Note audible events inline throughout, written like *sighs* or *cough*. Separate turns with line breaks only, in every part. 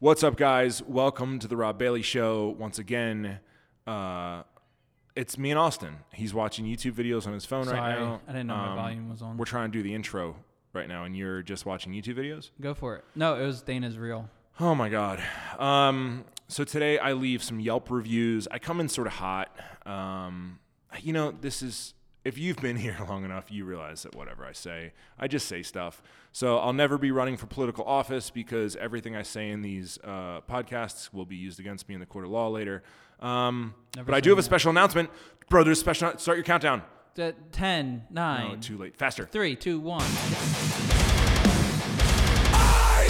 What's up, guys? Welcome to the Rob Bailey Show once again. Uh, it's me and Austin. He's watching YouTube videos on his phone
Sorry,
right now. um,
I didn't know my volume was on.
We're trying to do the intro right now, and you're just watching YouTube videos.
Go for it. No, it was Dana's reel.
Oh my god. Um, so today I leave some Yelp reviews. I come in sort of hot. Um, you know, this is if you've been *laughs* here long enough, you realize that whatever I say, I just say stuff. So I'll never be running for political office because everything I say in these uh, podcasts will be used against me in the court of law later. Um, but I do have a special announcement, bro. There's a special. Start your countdown.
Th- 10, 9,
Oh, too late. Faster.
3, 2, 1.
I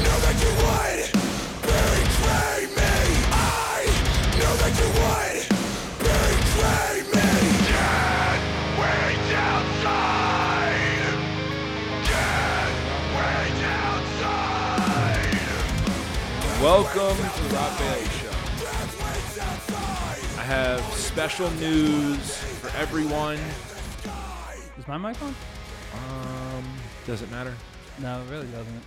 know that you would betray me. I know that you would betray me. Dead wait outside. Dead wait outside.
Welcome to the Rob Bailey Show.
Dead wait outside.
I have special news for everyone.
Is my mic on?
Um, does it matter?
No, it really doesn't.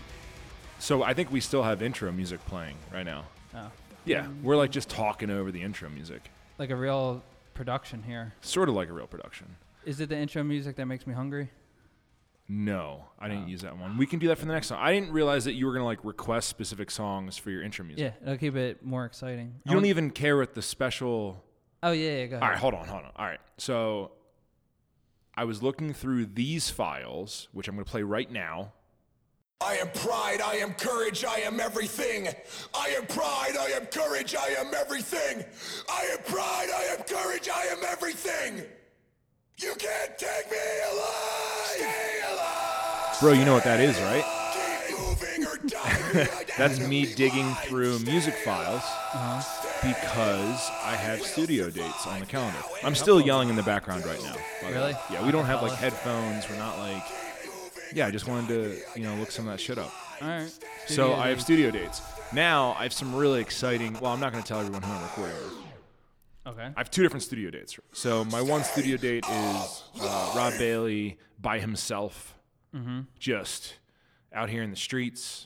So I think we still have intro music playing right now.
Oh.
Yeah, we're like just talking over the intro music,
Like a real production here.
sort of like a real production.
Is it the intro music that makes me hungry?
No, I didn't use that one. We can do that for the next song. I didn't realize that you were gonna like request specific songs for your intro music.
Yeah, it'll keep it more exciting.
You
I
don't
want-
even care what the special.
Oh, yeah, yeah, go
All
ahead.
right, hold on, hold on. All right, so I was looking through these files, which I'm gonna play right now.
I am pride, I am courage, I am everything. I am pride, I am courage, I am everything. I am pride, I am courage, I am everything. You can't take me alive! Stay alive!
Bro, you know what that is, right?
Keep moving or
*laughs*
die!
That's
Mm-hmm.
me digging through music files
Uh-huh.
because I have studio dates on the calendar. I'm still yelling in the background right now. by the way.
Really?
Yeah, we don't have like headphones. We're not like. Yeah, I just wanted to you know look some of that shit up.
All right.
So
Studio
I have
days.
studio dates. Now I have some really exciting. Well, I'm not going to tell everyone who I'm recording. with.
Okay.
I have two different studio dates. So my one studio date is uh, Rob Bailey by himself,
Mm-hmm.
just out here in the streets,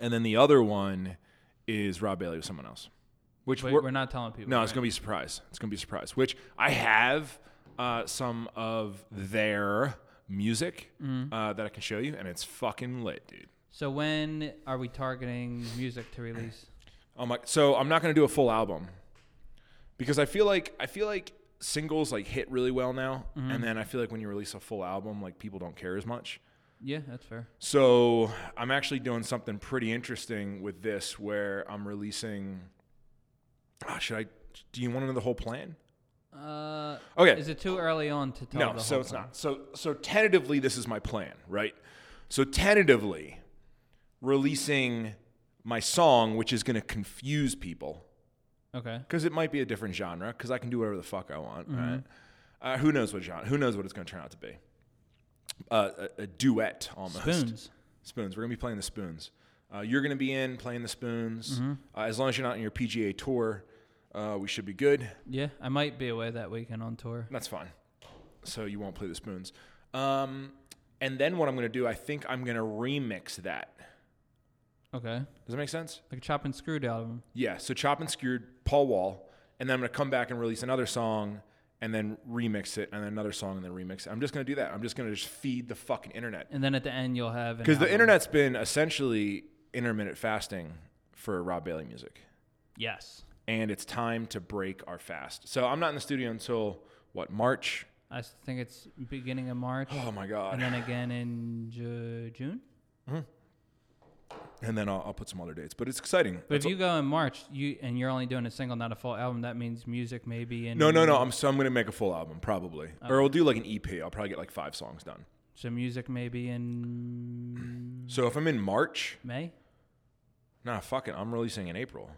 and then the other one is Rob Bailey with someone else. Which
Wait,
we're-
we're, not telling people.
no, it's going to be a surprise. It's going to be a surprise, which I have uh, some of their music
Mm.
uh, that I can show you, and it's fucking lit, dude.
So when are we targeting music
*clears throat*
to release?
Oh my! So I'm not going to do a full album because I feel like I feel like singles like hit really well now,
Mm-hmm.
and then I feel like when you release a full album, like people don't care as much.
Yeah, that's fair.
So I'm actually doing something pretty interesting with this, where I'm releasing. Ah, should I? Do you want to know the whole plan?
Uh,
Okay.
Is it too early on to tell?
No,
the
so
whole
it's
thing?
not. So so tentatively, this is my plan, right? So tentatively, releasing my song, which is going to confuse people
Okay.
because it might be a different genre. Because I can do whatever the fuck I want. Right? Uh, who knows what genre? Who knows what it's going to turn out to be? Uh, a, a duet almost.
Spoons.
Spoons. We're going to be playing the spoons. Uh, you're going to be in playing the spoons. Uh, as long as you're not in your PGA tour, uh, we should be good.
Yeah, I might be away that weekend on tour.
That's fine. So you won't play the spoons. Um, and then what I'm going to do, I think I'm going to remix that.
Okay.
Does that make sense?
Like a chop and screwed album.
Yeah. So Chop and Skewed, Paul Wall. And then I'm going to come back and release another song and then remix it and then another song and then remix it. I'm just going to do that. I'm just going to just feed the fucking internet.
And then at the end you'll have an
Because the
album.
internet's been essentially intermittent fasting for Rob Bailey music.
Yes.
And it's time to break our fast. So I'm not in the studio until, what, March?
I s- think it's beginning of March
Oh my God.
and then again in Ju- June.
and then I'll, I'll put some other dates. But it's exciting.
But
That's
if you go in March, you and you're only doing a single, not a full album, that means music maybe in
No, no, no. I'm so I'm gonna make a full album probably, or we'll do like an EP. I'll probably get like five songs done.
so music maybe in
So if I'm in March,
May.
nah, fuck it. I'm releasing in April.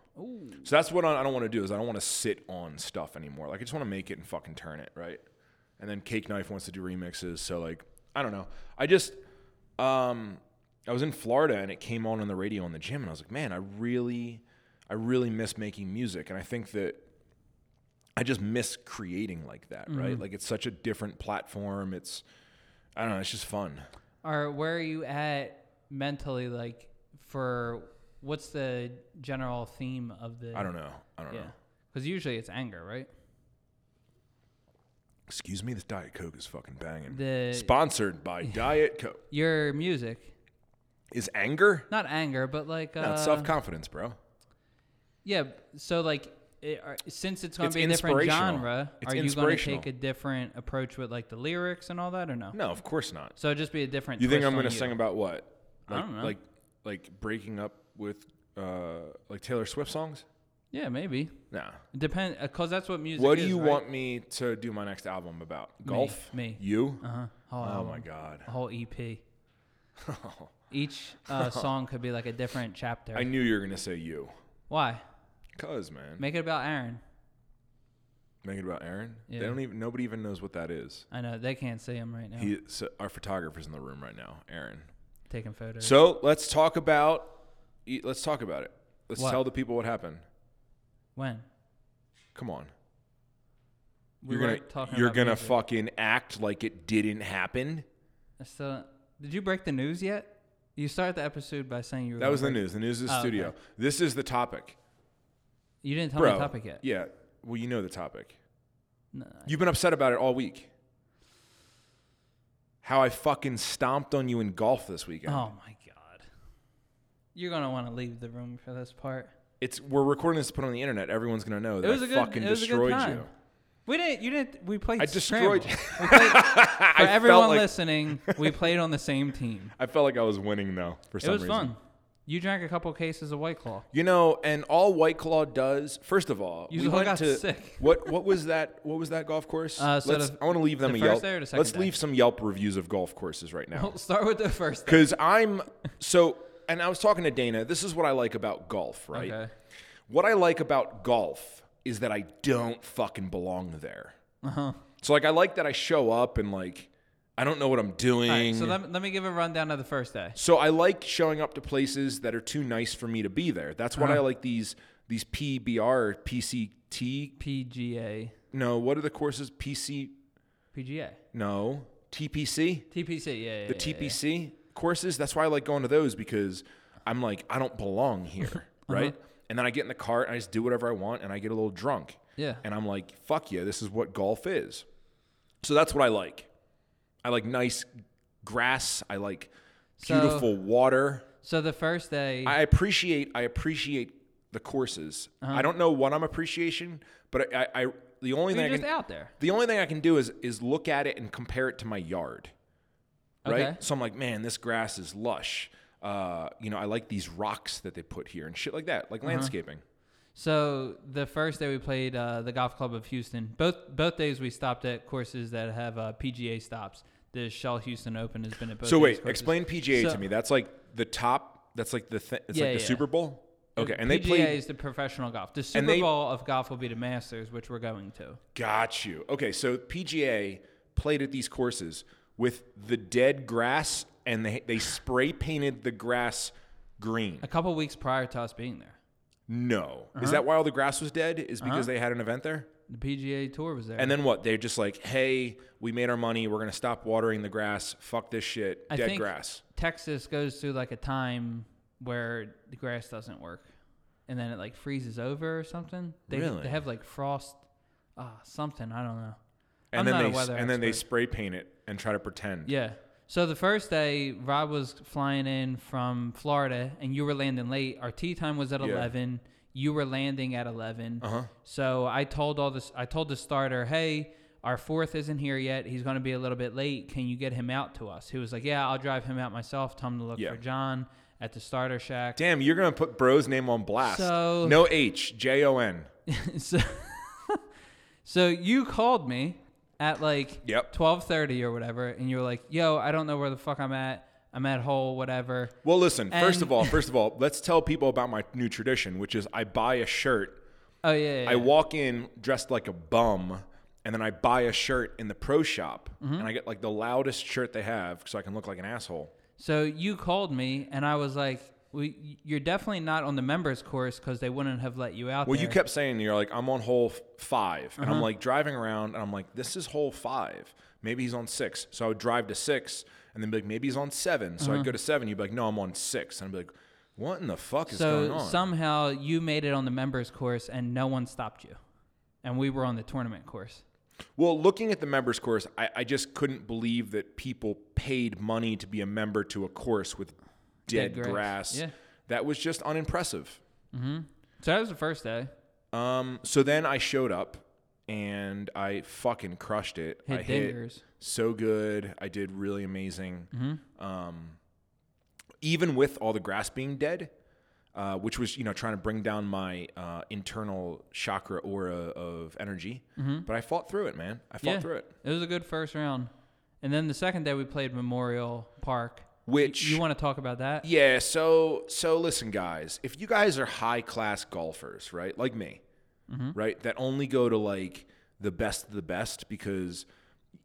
So that's what I I don't want to do is I don't want to sit on stuff anymore. Like I just want to make it and fucking turn it right. And then Cake Knife wants to do remixes. So like I don't know. I just um I was in Florida and it came on on the radio in the gym and I was like, man, I really I really miss making music and I think that I just miss creating like that, right? Like it's such a different platform. It's I don't know, it's just fun.
Or where are you at mentally, like for What's the general theme of the?
I don't know. I don't
Yeah,
know.
because usually it's anger, right?
Excuse me, this Diet Coke is fucking banging.
The-
Sponsored by Diet Coke.
Your music,
Is anger?
not anger, but like uh,
No, it's self confidence, bro.
Yeah. So like, it, are, since it's going
It's
to be a different
inspirational.
genre,
It's
are you going to
inspirational.
take a different approach with like the lyrics and all that, or no?
No, of course not.
So it'd just be a different.
You think
twist
I'm
on
gonna
you.
sing about what?
I
Like,
don't know.
Like, like breaking up with uh, like Taylor Swift songs?
Yeah, maybe.
Nah.
Depend, because that's what music.
What do
is,
you
right?
want me to do my next album about? Golf?
me.
You?
Uh-huh. Whole
Oh
album,
my god.
a whole
*laughs*
EP. Each uh, song could be like a different chapter.
I knew you were gonna say you.
Why?
Cuz man. Make,
Make it about Aaron.
it about Aaron. They
Yeah.
don't even nobody even knows what that is.
I know they can't see him right now.
He so our photographer's in the room right now, Aaron.
taking photos.
So let's talk about e- let's talk about it. Let's
What?
tell the people what happened.
when
Come on.
we
you're
were
gonna
talking,
you're
about
gonna
music.
fucking act like it didn't happen.
I still, did you break the news yet? You started the episode by saying you were
That was the
gonna break-
news. The news is
Oh,
studio.
okay.
This is the topic,
You didn't tell
bro.
me the topic yet.
Yeah. Well, you know the topic.
No,
You've been upset about it all week. How I fucking stomped on you in golf this weekend.
Oh my god. You're gonna want to leave the room for this part.
It's we're recording this to put on the internet. Everyone's gonna know that
was
I
a good-
fucking
it was a good
destroyed
time.
you.
We didn't. You didn't. We played.
I destroyed
Scramble. We
*laughs*
played, for
felt
everyone
like-
listening, we played on the same team.
I felt like I was winning though *laughs* for
It
some
was
reason.
fun. You drank a couple cases of White Claw.
You know, and all White Claw does. First of all,
You
we
all
went
got
to
sick.
*laughs* what? What was that? What was that golf course?
Uh, so
Let's-
the-
I want to leave them
the
a
first
Yelp.
day or the second
Let's
day?
leave some Yelp reviews of golf courses right now.
We'll start with the first. thing.
Because I'm so, and I was talking to Dana. This is what I like about golf, right?
Okay.
What I like about golf is that I don't fucking belong there.
Uh-huh.
So like, I like that I show up and like, I don't know what I'm doing.
All right, so let, let me give a rundown of the first day.
So I like showing up to places that are too nice for me to be there. That's why
Uh-huh.
I like these these PBR, PCT.
PGA,
No, what are the courses? PC.
PGA,
No, TPC.
TPC. Yeah, yeah,
The TPC courses. That's why I like going to those because I'm like I don't belong
*laughs*
here,
Uh-huh.
right? And then I get in the cart and I just do whatever I want and I get a little drunk.
Yeah.
And I'm like, fuck yeah, this is what golf is. So that's what I like. I like nice grass. I like
So-
beautiful water.
So the first day,
I appreciate I appreciate the courses.
Uh-huh.
I don't know what I'm appreciation, but I, I, I the only
you're
thing I
just
can,
out there.
the only thing I can do is is look at it and compare it to my yard. Right?
Okay.
So I'm like, man, this grass is lush. Uh, you know, I like these rocks that they put here and shit like that,
Uh-huh.
like landscaping.
So the first day we played uh, the Golf Club of Houston. Both both days we stopped at courses that have uh, PGA stops. The Shell Houston Open has been at both.
So
of these
wait,
courses.
explain PGA
So-
to me. That's like the top. That's like the th- it's
Yeah,
like the
yeah.
Super Bowl. Okay, and they
PGA
play.
is the professional golf. The Super
they-
Bowl of golf will be the Masters, which we're going to.
Got you. Okay, so PGA played at these courses with the dead grass, and they they spray painted the grass green.
A couple weeks prior to us being there,
No,
Uh-huh.
is that why all the grass was dead? Is because they had an event there?
the PGA Tour was there.
And then what? They're just like, hey, we made our money. We're gonna stop watering the grass. Fuck this shit.
I
dead
think
grass.
Texas goes through like a time where the grass doesn't work, and then it like freezes over or something. They,
Really?
They have like frost, uh, something I don't know.
And
I'm
then
not
they
a weather
and then they
expert.
spray paint it and try to pretend.
Yeah. So the first day, Rob was flying in from Florida, and you were landing late. Our tea time was at eleven. You were landing at 11
Uh-huh.
So I told all this. I told the starter, "Hey, our fourth isn't here yet. He's going to be a little bit late. Can you get him out to us?" He was like, "Yeah, I'll drive him out myself. Tell him to look
Yeah.
for John at the starter shack."
Damn, you're gonna put bro's name on blast.
So-
no H, J O N.
so, so you called me at like
Yep.
twelve thirty or whatever, and you were like, "Yo, I don't know where the fuck I'm at. I'm at hole, whatever."
Well, listen. first
And- *laughs*
of all, first of all, let's tell people about my new tradition, which is I buy a shirt.
Oh yeah, yeah,
I
yeah.
walk in dressed like a bum, and then I buy a shirt in the pro shop,
Mm-hmm.
and I get like the loudest shirt they have, so I can look like an asshole.
So you called me, and I was like, we, "You're definitely not on the members course because they wouldn't have let you out."
Well, you
there.
kept saying you're like I'm on hole f- 5 and
Uh-huh.
I'm like driving around, and I'm like this is hole five. Maybe he's on six, so
Uh-huh.
I would drive to six, and then be like maybe he's on seven, so I'd go to seven. You'd be like no, I'm on six, and I'd be like What in the fuck is going
So
on?
somehow you made it on the members course and no one stopped you. And we were on the tournament course.
well, looking at the members course, I, I just couldn't believe that people paid money to be a member to a course with dead,
Dead grass.
grass.
Yeah.
That was just unimpressive.
So that was the first day.
Um, so then I showed up and I fucking crushed it.
Hit
I
dingers.
so good. I did really amazing. Um,
Mm-hmm.
even with all the grass being dead, uh, which was you know trying to bring down my uh, internal chakra aura of energy, but I fought through it, man. I fought
Mm-hmm. yeah.
through it.
was a good first round. And then the second day we played Memorial Park.
Which
You want to talk about that?
Yeah, so so listen guys, if you guys are high class golfers, right? Like me,
Mm-hmm.
right? That only go to like the best of the best because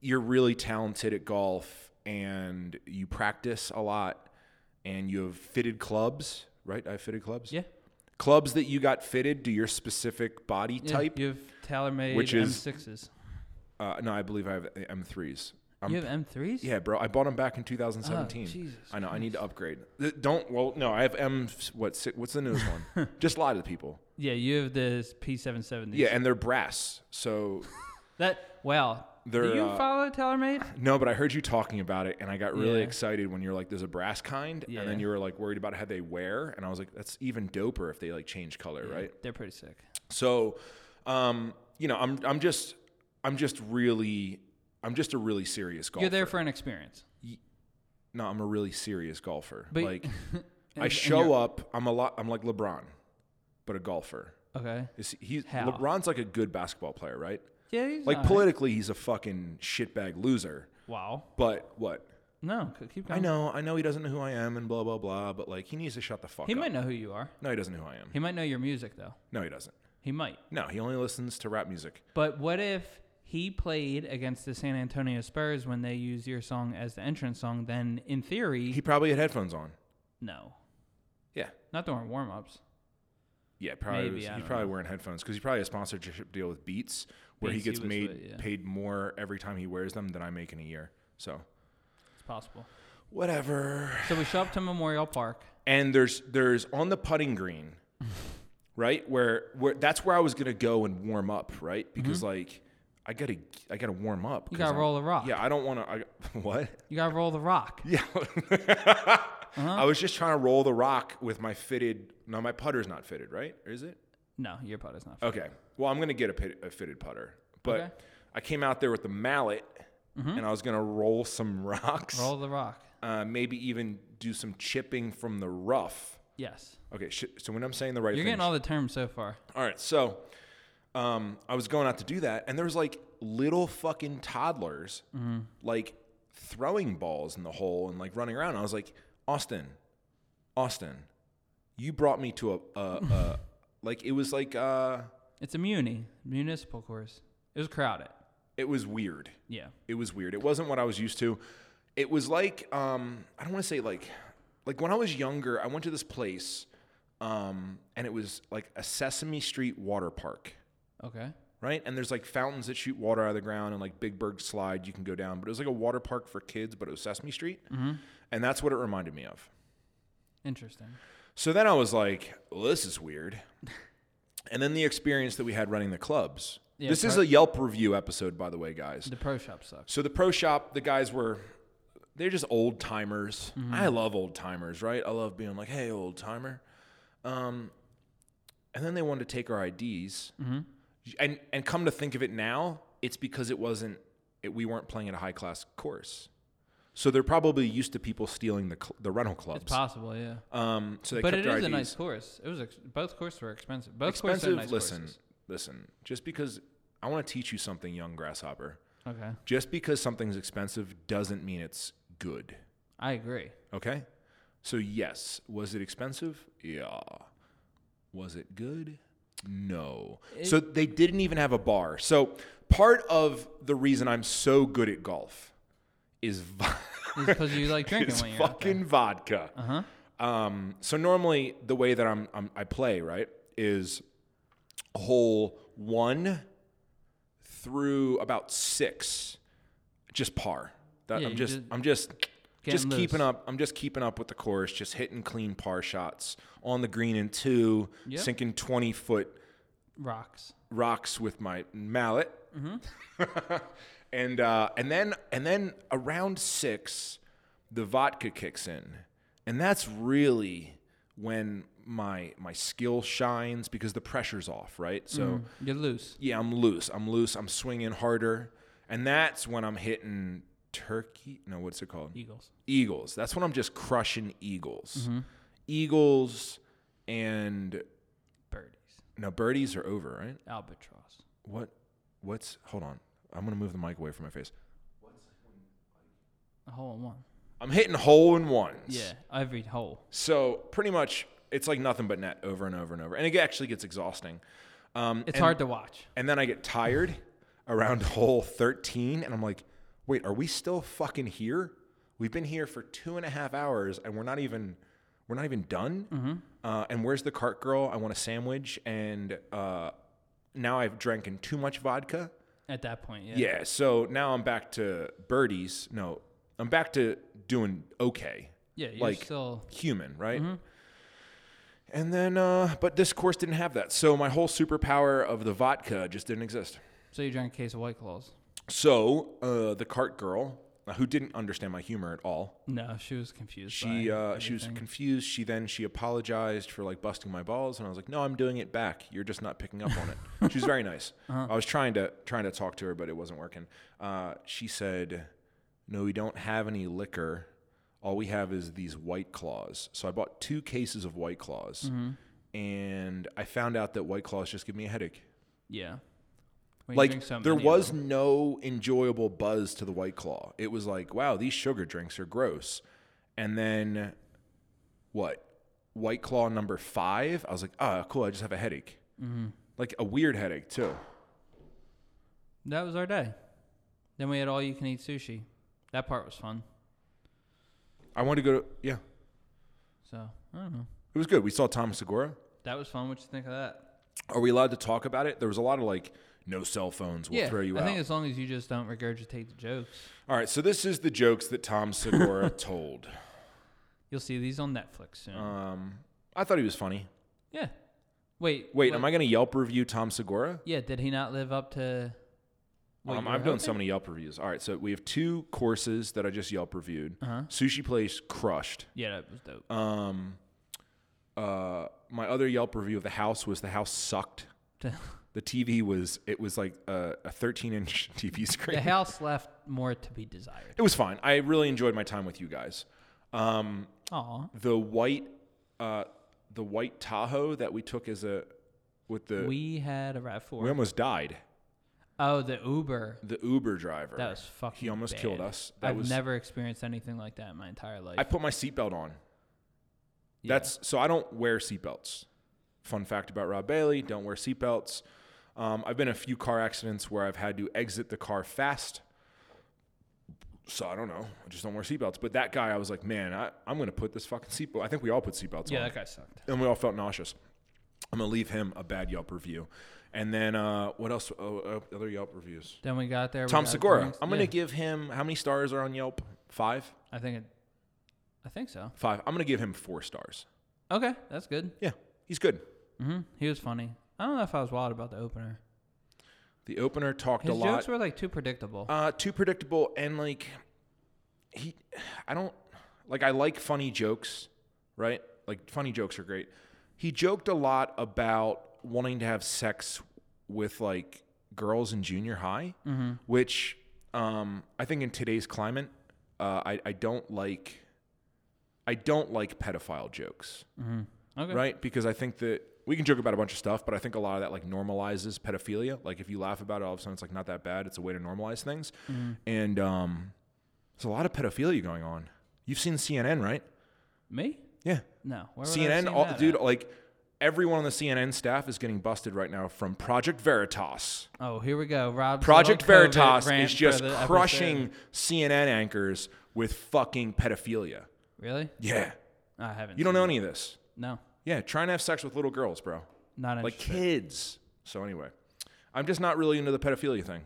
you're really talented at golf and you practice a lot and you have fitted clubs, right? I have fitted clubs.
Yeah.
Clubs that you got fitted to your specific body
Yeah,
type.
You have tailor made
which is-
M6s.
Uh, no, I believe I have M3s. I'm
You have M3s?
Yeah, bro, I bought them back in 2017.
Oh, Jesus
I know. I need to upgrade. Th- Don't. Well, no, I have M. What? si- What's the newest
*laughs*
one? Just lie to the people.
Yeah, you have this P770.
Yeah, and they're brass. So
That wow.
They're,
Do you
uh,
follow TaylorMade?
no, but I heard you talking about it, and I got really
Yeah.
excited when you're like, "There's a brass kind," and
Yeah.
then you were like worried about how they wear, and I was like, "That's even doper if they like change color, right?"
They're pretty sick.
So, um, you know, I'm I'm just I'm just really I'm just a really serious golfer.
You're there for an experience.
no, I'm a really serious golfer.
But-
like I
*laughs* and
show
you're-
up, I'm a lot I'm like LeBron, but a golfer.
Okay.
Is he, he's
How?
LeBron's like a good basketball player, right?
Yeah, he's
Like
alright.
politically he's a fucking shitbag loser.
Wow.
But what?
No, c- keep
I
going.
know, I know he doesn't know who I am and blah blah blah, but like he needs to shut the fuck
He
up.
might know who you are.
no, he doesn't know who I am.
He might know your music though.
No, he doesn't.
He might.
No, he only listens to rap music.
But what if he played against the San Antonio Spurs when they used your song as the entrance song? Then in theory,
He probably had headphones on.
no,
Yeah.
not during warm ups.
Yeah, probably
Maybe,
was,
I
he's
don't
probably wearing headphones because he probably has a sponsorship deal with Beats where
Beats,
he
he
gets
was
made
with, yeah.
paid more every time he wears them than I make in a year. So
It's possible.
whatever.
So we show up to Memorial Park.
and there's there's on the putting green,
*laughs*
right where where that's where I was gonna go and warm up, right? Because like I gotta I gotta warm up.
Mm-hmm. You
'cause
gotta
I'm-
roll a rock.
Yeah, I *laughs* don't want to. What?
You gotta roll the rock.
Yeah.
Uh-huh.
I was just trying to roll the rock with my fitted. No, my putter's not fitted, right? Or is it?
No, your putt is not. fair.
Okay. Well, I'm gonna get a, pit, a fitted putter, but
Okay. Mm-hmm.
I came out there with the mallet, and I was gonna roll some *laughs* rocks,
Roll the rock.
uh, maybe even do some chipping from the rough.
Yes.
Okay, sh- so when I'm saying the right
You're
thing,
getting all the terms so far.
All right, so um, I was going out to do that, and there was like little fucking toddlers like throwing balls in the hole and like running around. I was like, Austin, Austin, you brought me to a, a, a like it was like uh,
It's a muni municipal course. It was crowded.
it was weird.
Yeah.
It was weird. It wasn't what I was used to. It was like um, I don't want to say like like when I was younger, I went to this place, um, and it was like a Sesame Street water park.
Okay.
right? And there's like fountains that shoot water out of the ground and like Big Bird Slide you can go down. But it was like a water park for kids, but it was Sesame Street. And that's what it reminded me of.
Interesting.
So then I was like, well, this is weird. and then the experience that we had running the clubs.
Yeah,
this is
pro-
a Yelp review episode, by the way, guys.
The pro shop sucks.
So the pro shop, the guys were they're just old timers.
Mm-hmm.
I love old timers, right? I love being like, "Hey, old timer." Um and then they wanted to take our IDs.
Mm-hmm.
And and come to think of it now, it's because it wasn't it, we weren't playing at a high class course. So they're probably used to people stealing the cl- the rental
It's
clubs.
possible, yeah.
um so they
But
kept
it
our
is
IDs.
a nice course. It was ex- both courses were expensive. Both courses
expensive.
are nice
listen.
courses.
Listen. Just because I want to teach you something, young grasshopper.
Okay,
Just because something's expensive doesn't mean it's good.
I agree.
Okay. So yes, was it expensive? Yeah. Was it good? No. so they didn't even have a bar. So part of the reason I'm so good at golf is *laughs* vo-
It's because
*laughs*
you like drinking
is
when you're out there.
fucking vodka. Uh-huh. Um, so normally the way that I'm, I'm I play right is hole one through about six, just par. That
Yeah,
I'm
you
just
just-
I'm just just
Getting
keeping
loose.
up. I'm just keeping up with the course, just hitting clean par shots on the green in two,
Yep.
sinking 20 foot
Rocks.
rocks with my mallet. *laughs* and uh, and then and then around six, the vodka kicks in, and that's really when my my skill shines because the pressure's off, right? So
You're loose.
yeah, I'm loose. I'm loose. I'm swinging harder, and that's when I'm hitting turkey. No, what's it called?
Eagles.
Eagles. That's when I'm just crushing eagles. Eagles and
Birdies.
now birdies are over, right?
Albatross.
What? What's? Hold on. I'm gonna move the mic away from my face.
A hole in one.
I'm hitting hole in ones.
Yeah. Every hole.
So pretty much, it's like nothing but net over and over and over, and it actually gets exhausting. Um,
It's
and-
hard to watch.
And then I get tired around *laughs* hole 13, and I'm like, wait, are we still fucking here? We've been here for two and a half hours, and we're not even we're not even done.
Mm-hmm.
Uh, and where's the cart girl? I want a sandwich, and uh, now I've drank in too much vodka.
At that point, yeah.
Yeah, so now I'm back to birdies. No, I'm back to doing okay.
Yeah, you're
like
still- Mm-hmm.
human, right? And then, uh, but this course didn't have that. So my whole superpower of the vodka just didn't exist.
So you drank a case of White Claws.
So uh, the cart girl, who didn't understand my humor at all,
No, she was confused.
she
by
uh, she was
everything.
confused. She then she apologized for like busting my balls, and I was like, "No, I'm doing it back. You're just not picking up on it." she was very nice. I was trying to trying to talk to her, but it wasn't working. Uh, she said, "No, we don't have any liquor. All we have is these White Claws." So I bought two cases of White Claws, and I found out that White Claws just give me a headache.
yeah. When you
Like
drink so
there
many of
was
them.
no enjoyable buzz to the White Claw. It was like, wow, these sugar drinks are gross. And then what? White Claw number five. I was like, ah, cool. I just have a headache,
Mm-hmm.
like a weird headache too.
That was our day. Then we had all you can eat sushi. That part was fun.
I wanted to go. to Yeah,
So I don't know.
it was good. We saw Tom Segura.
That was fun. What you think of that?
Are we allowed to talk about it? There was a lot of like, no cell phones. We'll
yeah,
throw you
I
out.
think as long as you just don't regurgitate the jokes,
All right. So this is the jokes that Tom
*laughs*
Segura told.
you'll see these on Netflix soon.
Um, I thought he was funny.
yeah. Wait.
Wait,
what-
am I going to Yelp review Tom Segura?
Yeah. Did he not live up to? what
Um,
you
I've
were
done so
hoping?
many Yelp reviews. All right, so we have two courses that I just Yelp reviewed. Sushi place crushed.
Yeah, that was dope.
Um, uh, my other Yelp review of the house was the house sucked. The TV was it was like a, a 13 *laughs* inch TV screen.
the house left more to be desired.
it was fine. I really enjoyed my time with you guys. Um,
Aw.
the white uh, the white Tahoe that we took as a with the we,
We had a Rav Four.
almost died.
oh, the Uber.
The Uber driver
That was fucking.
he almost
bad.
killed us. That
I've
was
never experienced anything like that in my entire life.
I put my seatbelt on.
Yeah.
That's so I don't wear seatbelts. Fun fact about Rob Bailey: don't wear seatbelts. Um, I've been in a few car accidents where I've had to exit the car fast. So I don't know. I just don't wear seatbelts. But that guy, I was like, man, I, I'm going to put this fucking seatbelt. I think we all put seatbelts
yeah,
on,
that guy sucked.
and we all felt nauseous. I'm gonna leave him a bad Yelp review. And then uh, what else? Oh, uh, other Yelp reviews.
Then we got there. we
Tom
got
Segura.
drinks.
I'm gonna
Yeah,
give him how many stars are on Yelp? Five,
I think. It, I think so.
five. I'm gonna give him four stars.
Okay, that's good.
Yeah, he's good.
hmm He was funny. I don't know if I was wild about the opener.
The opener talked
His
a lot.
jokes were like too predictable.
uh, too predictable and like he I don't like I like funny jokes, right? Like funny jokes are great. He joked a lot about wanting to have sex with like girls in junior high,
Mm-hmm.
which um, I think in today's climate, uh, I, I don't like. I don't like pedophile jokes
*laughs* okay.
right? Because I think that we can joke about a bunch of stuff, but I think a lot of that like normalizes pedophilia. Like if you laugh about it, all of a sudden it's like not that bad. It's a way to normalize things, and um, there's a lot of pedophilia going on. You've seen CNN, right?
Me?
Yeah,
No. Where would I have
CNN.
seen
All,
that
dude,
at?
like everyone on the CNN staff is getting busted right now from Project Veritas.
Oh, here we go. Rob.
Project Veritas is just crushing CNN anchors with fucking pedophilia.
Really?
Yeah,
I haven't.
you don't know any of this.
No.
Yeah, trying to have sex with little girls, bro.
Not
like
interested.
kids. So anyway, I'm just not really into the pedophilia thing.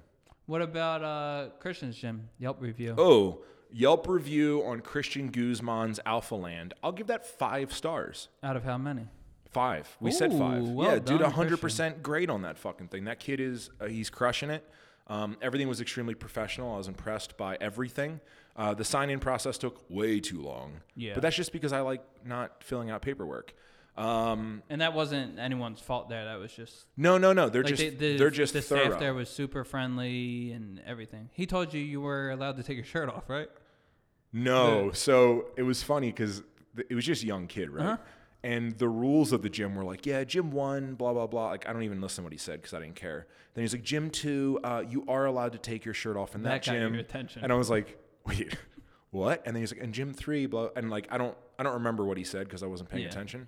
What about uh, Christian's gym Yelp review?
Oh, Yelp review on Christian Guzman's Alpha Land. I'll give that five stars.
Out of how many?
Five. We said five.
Ooh, well
yeah, dude,
done,
hundred percent great on that fucking thing. That kid is uh, he's crushing it. Um, everything was extremely professional. I was impressed by everything. Uh, the sign-in process took way too long.
Yeah.
but that's just because I like not filling out paperwork. Um,
And that wasn't anyone's fault there. That was just
no, no, no. They're
like
just
they, the,
they're just
the
thorough.
staff there was super friendly and everything. He told you you were allowed to take your shirt off, right?
No. So it was funny because it was just young kid, right?
Uh-huh.
And the rules of the gym were like, yeah, gym one, blah blah blah. Like I don't even listen to what he said because I didn't care. Then he's like, gym two, uh, you are allowed to take your shirt off in that,
That got your
gym.
attention.
And I was like, *laughs* wait, what? And then he's like, and gym three, blah. And like I don't, I don't remember what he said because I wasn't paying
Yeah.
attention.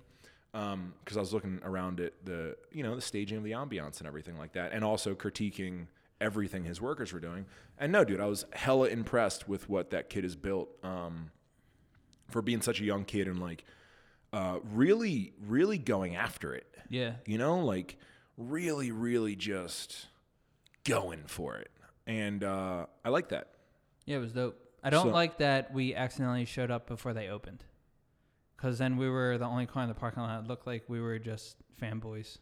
Because I was looking around at the, you know, the staging of the ambiance and everything like that, and also critiquing everything his workers were doing. And no, dude, I was hella impressed with what that kid has built. Um, for being such a young kid and like uh, really, really going after it.
Yeah.
You know, like really, really just going for it. And uh, I like that.
Yeah, it was dope. I don't
So-
like that we accidentally showed up before they opened. Cause then we were the only car in the parking lot. It looked like we were just fanboys.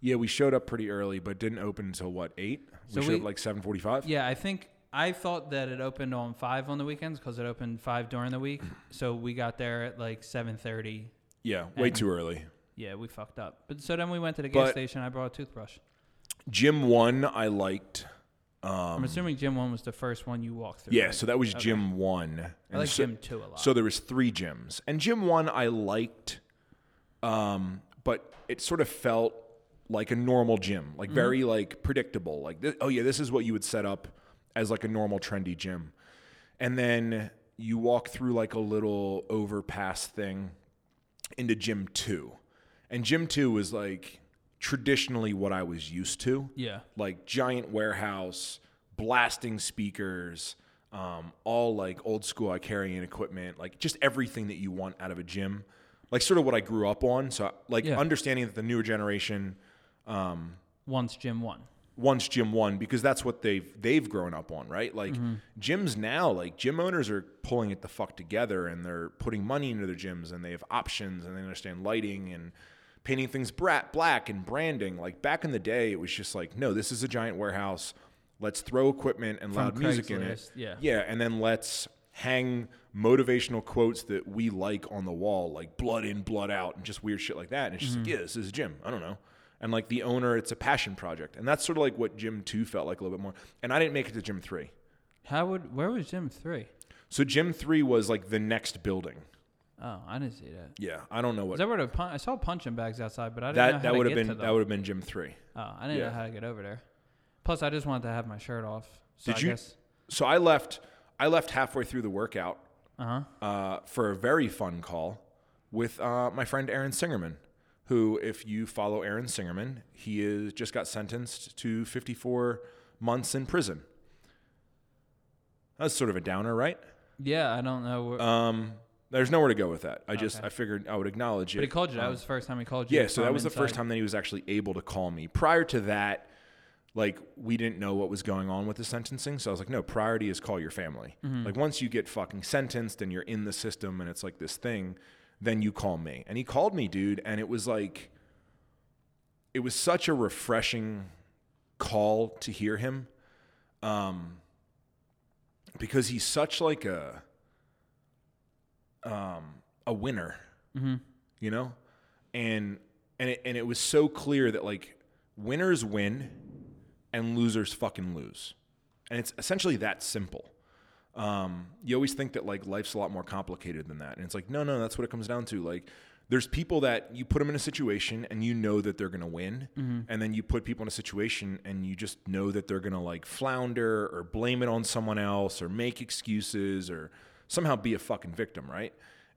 Yeah, we showed up pretty early, but didn't open until what eight?
So
we showed
we-
up like seven forty-five.
Yeah, I think I thought that it opened on five on the weekends because it opened five during
*clears throat*
the week. So we got there at like seven thirty.
yeah, way too early.
Yeah, we fucked up. But so then we went to the gas
But-
station. I brought a toothbrush.
Gym one, I liked.
I'm assuming Gym One was the first one you walked through.
Um, Yeah,
right?
so that was gym one.
I
And
like
so-
Gym Two a lot.
So there was three gyms, and gym one I liked, um, but it sort of felt like a normal gym, like very like predictable. Like, th- oh yeah, this is what you would set up as like a normal trendy gym, and then you walk through like a little overpass thing into gym two, and gym two was like traditionally what I was used to
yeah,
like giant warehouse, blasting speakers, um, all like old school Icarian equipment, like just everything that you want out of a gym, like sort of what I grew up on. So like
Yeah.
understanding that the newer generation
once Gym One.
wants gym one because that's what they've they've grown up on, right? Like
Mm-hmm.
gyms now, like gym owners are pulling it the fuck together and they're putting money into their gyms and they have options and they understand lighting and painting things brat black and branding. Like back in the day, it was just like, no, this is a giant warehouse. Let's throw equipment and loud music in it.
Craigslist, yeah.
Yeah, and then let's hang motivational quotes that we like on the wall, like blood in, blood out, and just weird shit like that. And it's just
Mm-hmm.
like, yeah, this is a gym. I don't know. And like the owner, it's a passion project. And that's sort of like what Gym 2 felt like a little bit more. And I didn't make it to Gym 3.
How would where was Gym Three?
So Gym 3 was like the next building.
Oh, I didn't see that.
Yeah, I don't know what
Is that where the pun- I saw punching bags outside, but I didn't know how
that, that
to
would have
get
been
to
that
them.
would have been Gym 3.
oh, I didn't
yeah.
know how to get over there. Plus, I just wanted to have my shirt off. So
Did
I
you
Guess,
So I left I left halfway through the workout
uh-huh.
uh, for a very fun call with uh, my friend Aaron Singerman, who, if you follow Aaron Singerman, he is just got sentenced to 54 months in prison. That's sort of a downer, right?
Yeah, I don't know. Where,
Um, there's nowhere to go with that. I just I figured I would acknowledge it.
but he called you. That was the first time he called you.
um, Yeah, so that
from
was the first
inside.
time that he was actually able to call me. Prior to that, like we didn't know what was going on with the sentencing, so I was like, no, priority is call your family. Like once you get fucking sentenced and you're in the system and it's like this thing, then you call me. And he called me, dude, and it was like it was such a refreshing call to hear him. Um because he's such like a um a winner you know and and it, and it was so clear that like winners win and losers fucking lose and it's essentially that simple um, you always think that like life's a lot more complicated than that and it's like no no that's what it comes down to like there's people that you put them in a situation and you know that they're going to win and then you put people in a situation and you just know that they're going to like flounder or blame it on someone else or make excuses or somehow be a fucking victim right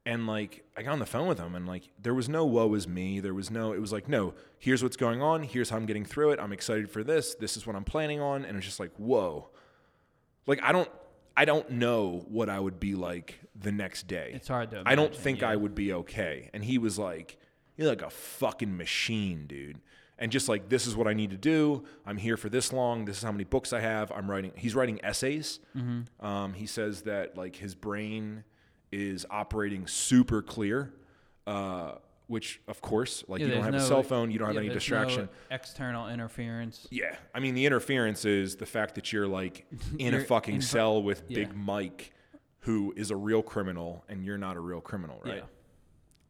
and like I got on the phone with him and like there was no woe is me. There was no it was like, no, here's what's going on, here's how I'm getting through it. I'm excited for this. This is what I'm planning on. And it's just like, whoa. Like I don't I don't know what I would be like the next day.
It's hard to
I don't
imagine,
think
yeah.
I would be okay. And he was like, You're like a fucking machine, dude. and just like this is what I need to do. I'm here for this long. This is how many books I have. I'm writing. He's writing essays.
Mm-hmm.
Um, he says that like his brain is operating super clear, uh, which of course like
Yeah,
you don't have
there's
a
no-
cell phone. You don't have
yeah,
any
there's no
distraction.
external interference.
Yeah, I mean the interference is the fact that you're
*laughs*
like in a
You're
fucking
in fr-
cell with
yeah.
Big Mike, who is a real criminal, and you're not a real criminal, right?
Yeah.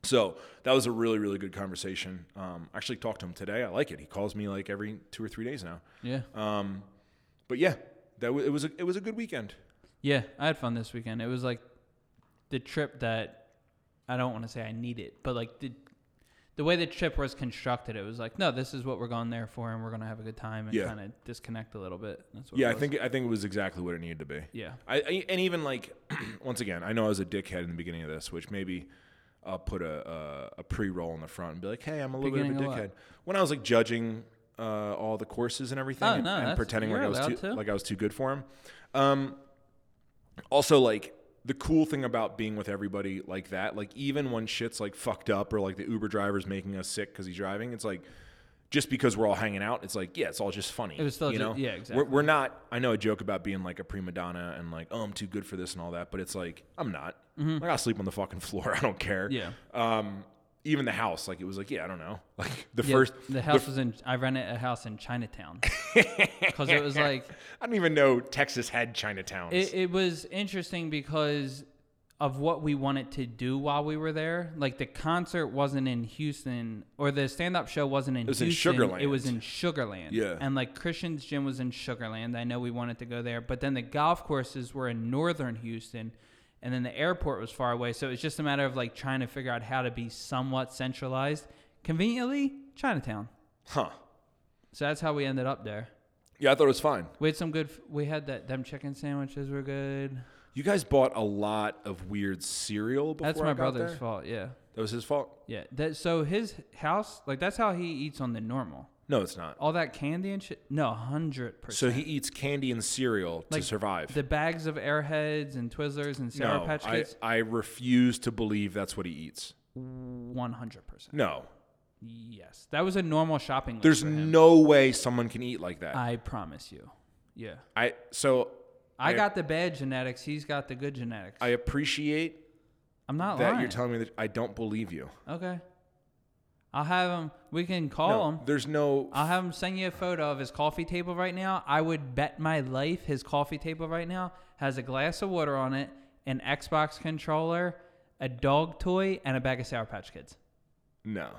So that was a really really good conversation. Um, I actually talked to him today. I like it. He calls me like every two or three days now.
Yeah.
But yeah, that w- it was a, it was a good weekend.
Yeah, I had fun this weekend. It was like the trip that I don't want to say I need it, but like the the way the trip was constructed, it was like, no, this is what we're going there for, and we're gonna have a good time and
Yeah.
kind of disconnect a little bit. That's what it
Yeah, I
was.
think I think it was exactly what it needed to be.
Yeah.
I, I and even like *clears throat* once again, I know I was a dickhead in the beginning of this, which maybe I'll put a a, a pre roll in the front and be like, hey, I'm a little bit
Beginning
of
of
a
what?
dickhead when I was like judging uh, all the courses and everything,
Oh,
and,
no,
and
that's-
pretending like
you're
I was too,
allowed to.
like I was too good for him. Um, also, like the cool thing about being with everybody like that, like even when shit's like fucked up or like the Uber driver's making us sick because he's driving, it's like just because we're all hanging out, it's like yeah, it's all just funny. It
was still
you
ju-
know,
yeah,
We're,
exactly.
we're not. I know I joke about being like a prima donna and like oh I'm too good for this and all that, but it's like I'm not. Like I'll sleep on the fucking floor. *laughs* I don't care.
Mm-hmm. Yeah.
Um, even the house, like it was like yeah, I don't know. *laughs* Like the
Yeah,
first
the house was in. I rented a house in Chinatown
*laughs*
because it was like
I don't even know Texas had Chinatowns.
It, it was interesting because of what we wanted to do while we were there. Like the concert wasn't in Houston, or the stand-up show wasn't in
was in
Houston.
Sugarland.
It was in Sugarland.
Yeah.
And like Christian's gym was in Sugarland. I know we wanted to go there, but then the golf courses were in northern Houston, and then the airport was far away. So it was just a matter of like trying to figure out how to be somewhat centralized. Conveniently, Chinatown.
huh?
So that's how we ended up there.
Yeah, I thought it was fine.
We had some good. f- We had that them chicken sandwiches were good.
You guys bought a lot of weird cereal before.
That's
I
my
got
brother's
there?
fault. Yeah,
That was his fault.
yeah. That so his house like that's how he eats on the normal.
No, it's not.
All that candy and shit. No, hundred percent.
So he eats candy and cereal
Like,
to survive.
The bags of Airheads and Twizzlers and Sour
no,
Patch
I,
Kids.
I refuse to believe that's what he eats.
One hundred percent.
No,
Yes, that was a normal shopping list.
there's
for him. Uh.
no way someone can eat like that.
I promise you. Yeah,
I so
I
I-
got the bad genetics. He's got the good genetics.
I appreciate
am not
that
lying.
you're telling me that I don't believe you.
okay, I'll have him. We can
No,
call him.
there's no.
I'll have him send you a photo of his coffee table right now. I would bet my life his coffee table right now has a glass of water on it, an Xbox controller, a dog toy, and a bag of Sour Patch Kids.
no,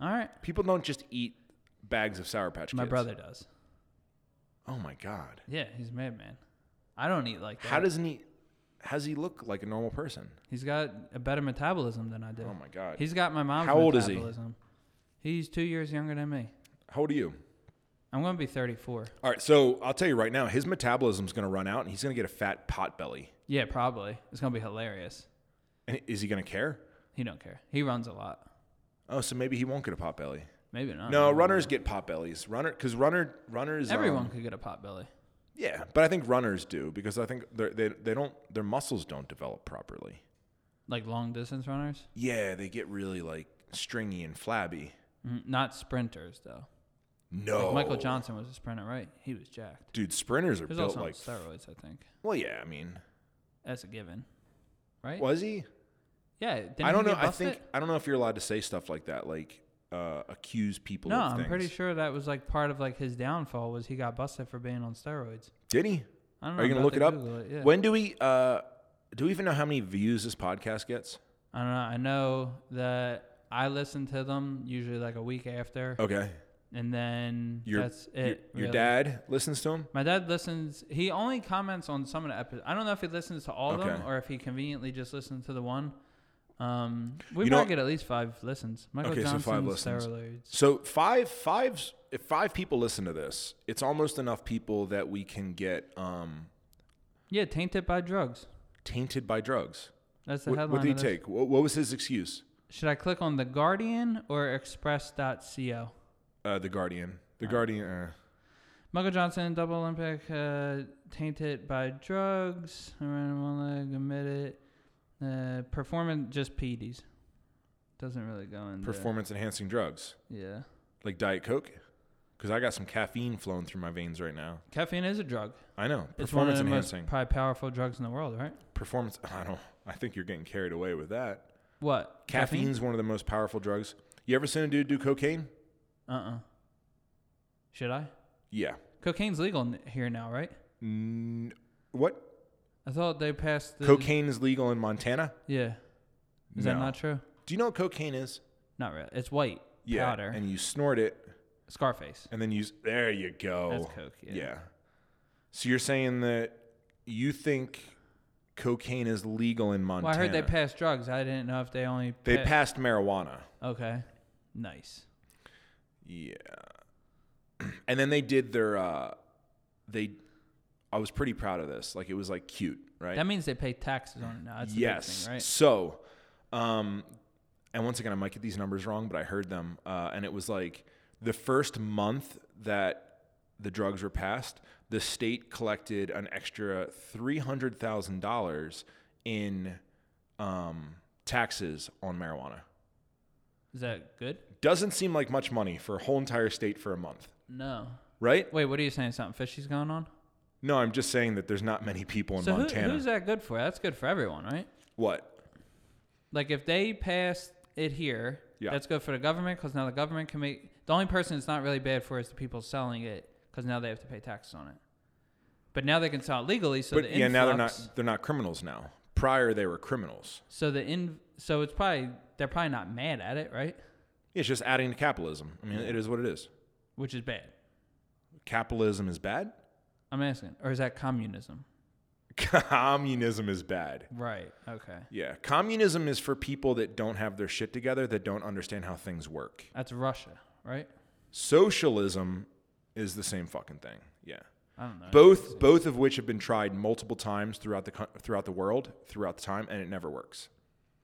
All right.
people don't just eat bags of Sour Patch Kids.
My brother does.
Oh my god.
Yeah, he's a madman. I don't eat like that.
How doesn't he? How does he look like a normal person?
he's got a better metabolism than I do.
Oh my god.
He's got my mom's
How old is he?
metabolism. He's two years younger than me.
How old are you?
I'm going to be 34.
All right, so I'll tell you right now, his metabolism's going to run out, and he's going to get a fat pot belly.
Yeah, probably. It's going to be hilarious.
And is he going to care?
He don't care. He runs a lot.
Oh, so maybe he won't get a pot belly.
Maybe not.
No, runners get pot bellies. Runner, because runner, runners. um,
Mm. Everyone could get a pot belly.
yeah, but I think runners do because I think they're, they they don't their muscles don't develop properly.
Like long distance runners?
Yeah, they get really like stringy and flabby.
Mm, Not sprinters, though.
No,
Michael Johnson was a sprinter, right? He was jacked.
Dude, sprinters are
He was
built
also on
like.
steroids, I think.
Well, yeah, I mean,
That's a given, right?
was he?
Yeah. Didn't
I
he
don't know.
get
I think
busted?
I don't know if you're allowed to say stuff like that, like uh, accuse people.
No,
of
I'm
things.
pretty sure that was like part of like his downfall was he got busted for being on steroids.
Did he?
I don't
Are you
know,
gonna
I'm
look it up?
about to Google it, yeah.
When do we? Uh, do we even know how many views this podcast gets?
I don't know. I know that I listen to them usually like a week after,
Okay.
and then
Oh. Your
that's it.
your, your
really.
dad listens to him.
My dad listens. He only comments on some of the episodes. I don't know if he listens to all of them
Okay.
or if he conveniently just listens to the one. Um, we
You know-
probably get at least five listens. Michael
Okay, so
Johnson,
five listens.
steroids.
So five fives. If five people listen to this, it's almost enough people that we can get um,
Yeah, tainted by drugs.
tainted by drugs.
That's the
What,
headline.
what did he
of this.
take? What, what was his excuse?
Should I click on the Guardian or Express.co?
Uh, the Guardian. The Guardian. Uh,
Michael Johnson, double Olympic, uh, tainted by drugs. I ran one leg, admitted. Uh, performance just PDs. Doesn't really go in. there.
performance enhancing drugs
Yeah.
like Diet Coke. because I got some caffeine flowing through my veins right now.
Caffeine is a drug.
I know.
It's one of
Performance
the most
enhancing.
probably powerful drugs in the world, right?
performance. *laughs* I don't. I think you're getting carried away with that.
What?
Caffeine's one of the most powerful drugs. You ever seen a dude do cocaine?
Uh uh Should I?
Yeah.
Cocaine's legal in- here now, right?
N- what?
I thought they passed the
Cocaine is legal in Montana.
Yeah. Is that
No.
not true?
Do you know what cocaine is?
Not really. It's white
Yeah.
powder.
And you snort it,
Scarface.
and then you. s- There you go.
That's coke, yeah.
So you're saying that you think cocaine is legal in Montana?
Well, I heard they passed drugs. I didn't know if they only
They
pa-
passed marijuana.
Okay. Nice.
Yeah. *clears throat* And then they did their uh they I was pretty proud of this. Like it was like cute, right?
That means they pay taxes on it now. That's the big
yes.
thing, right?
So, um and once again I might get these numbers wrong, but I heard them uh and it was like the first month that the drugs were passed, the state collected an extra $300,000 in um taxes on marijuana.
Is that good?
Doesn't seem like much money for a whole entire state for a month,
No.
right?
Wait, what are you saying? Something fishy's going on?
No, I'm just saying that there's not many people in
So who,
Montana.
who's that good for? That's good for everyone, right?
What?
Like if they pass it here,
Yeah.
that's good for the government because now the government can make. The only person it's not really bad for is the people selling it because now they have to pay taxes on it. But now they can sell it legally, so
but
the
yeah, now they're not
influx-
they're not criminals now. Prior they were criminals.
So the in so it's probably they're probably not mad at it, right?
It's just adding to capitalism. I mean, it is what it is.
Which is bad.
Capitalism is bad. *laughs*
I'm asking, or is that communism?
Communism is bad.
Right. Okay.
Yeah, communism is for people that don't have their shit together, that don't understand how things work.
That's Russia, right?
Socialism is the same fucking thing. Yeah.
I don't know.
Both both of which have been tried multiple times throughout the co- throughout the world, throughout the time and it never works.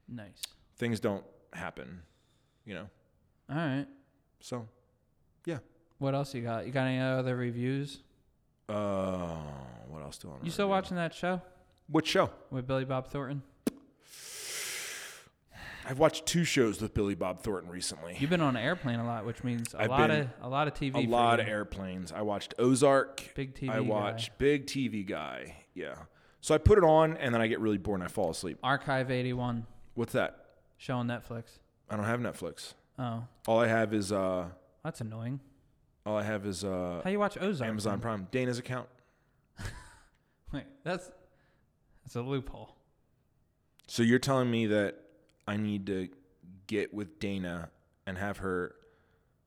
nice.
Things don't happen, you know.
All right.
So, yeah.
What else you got? You got any other reviews?
Uh, what else do I? wanna
You still
review?
watching that show
What show?
with Billy Bob Thornton?
I've watched two shows with Billy Bob Thornton recently.
You've been on an airplane a lot, which means a
I've
lot
been
of a lot of TV.
a
for
lot
you.
of airplanes. I watched Ozark.
Big TV
I
guy.
watched Big TV guy. Yeah. So I put it on and then I get really bored and I fall asleep.
Archive eighty one
What's that?
show on Netflix.
I don't have Netflix.
Oh,
All I have is uh,
that's annoying.
all I have is uh,
How you watch Ozark? *laughs*
Amazon Prime. Dana's account.
Wait, that's that's a loophole.
So you're telling me that I need to get with Dana and have her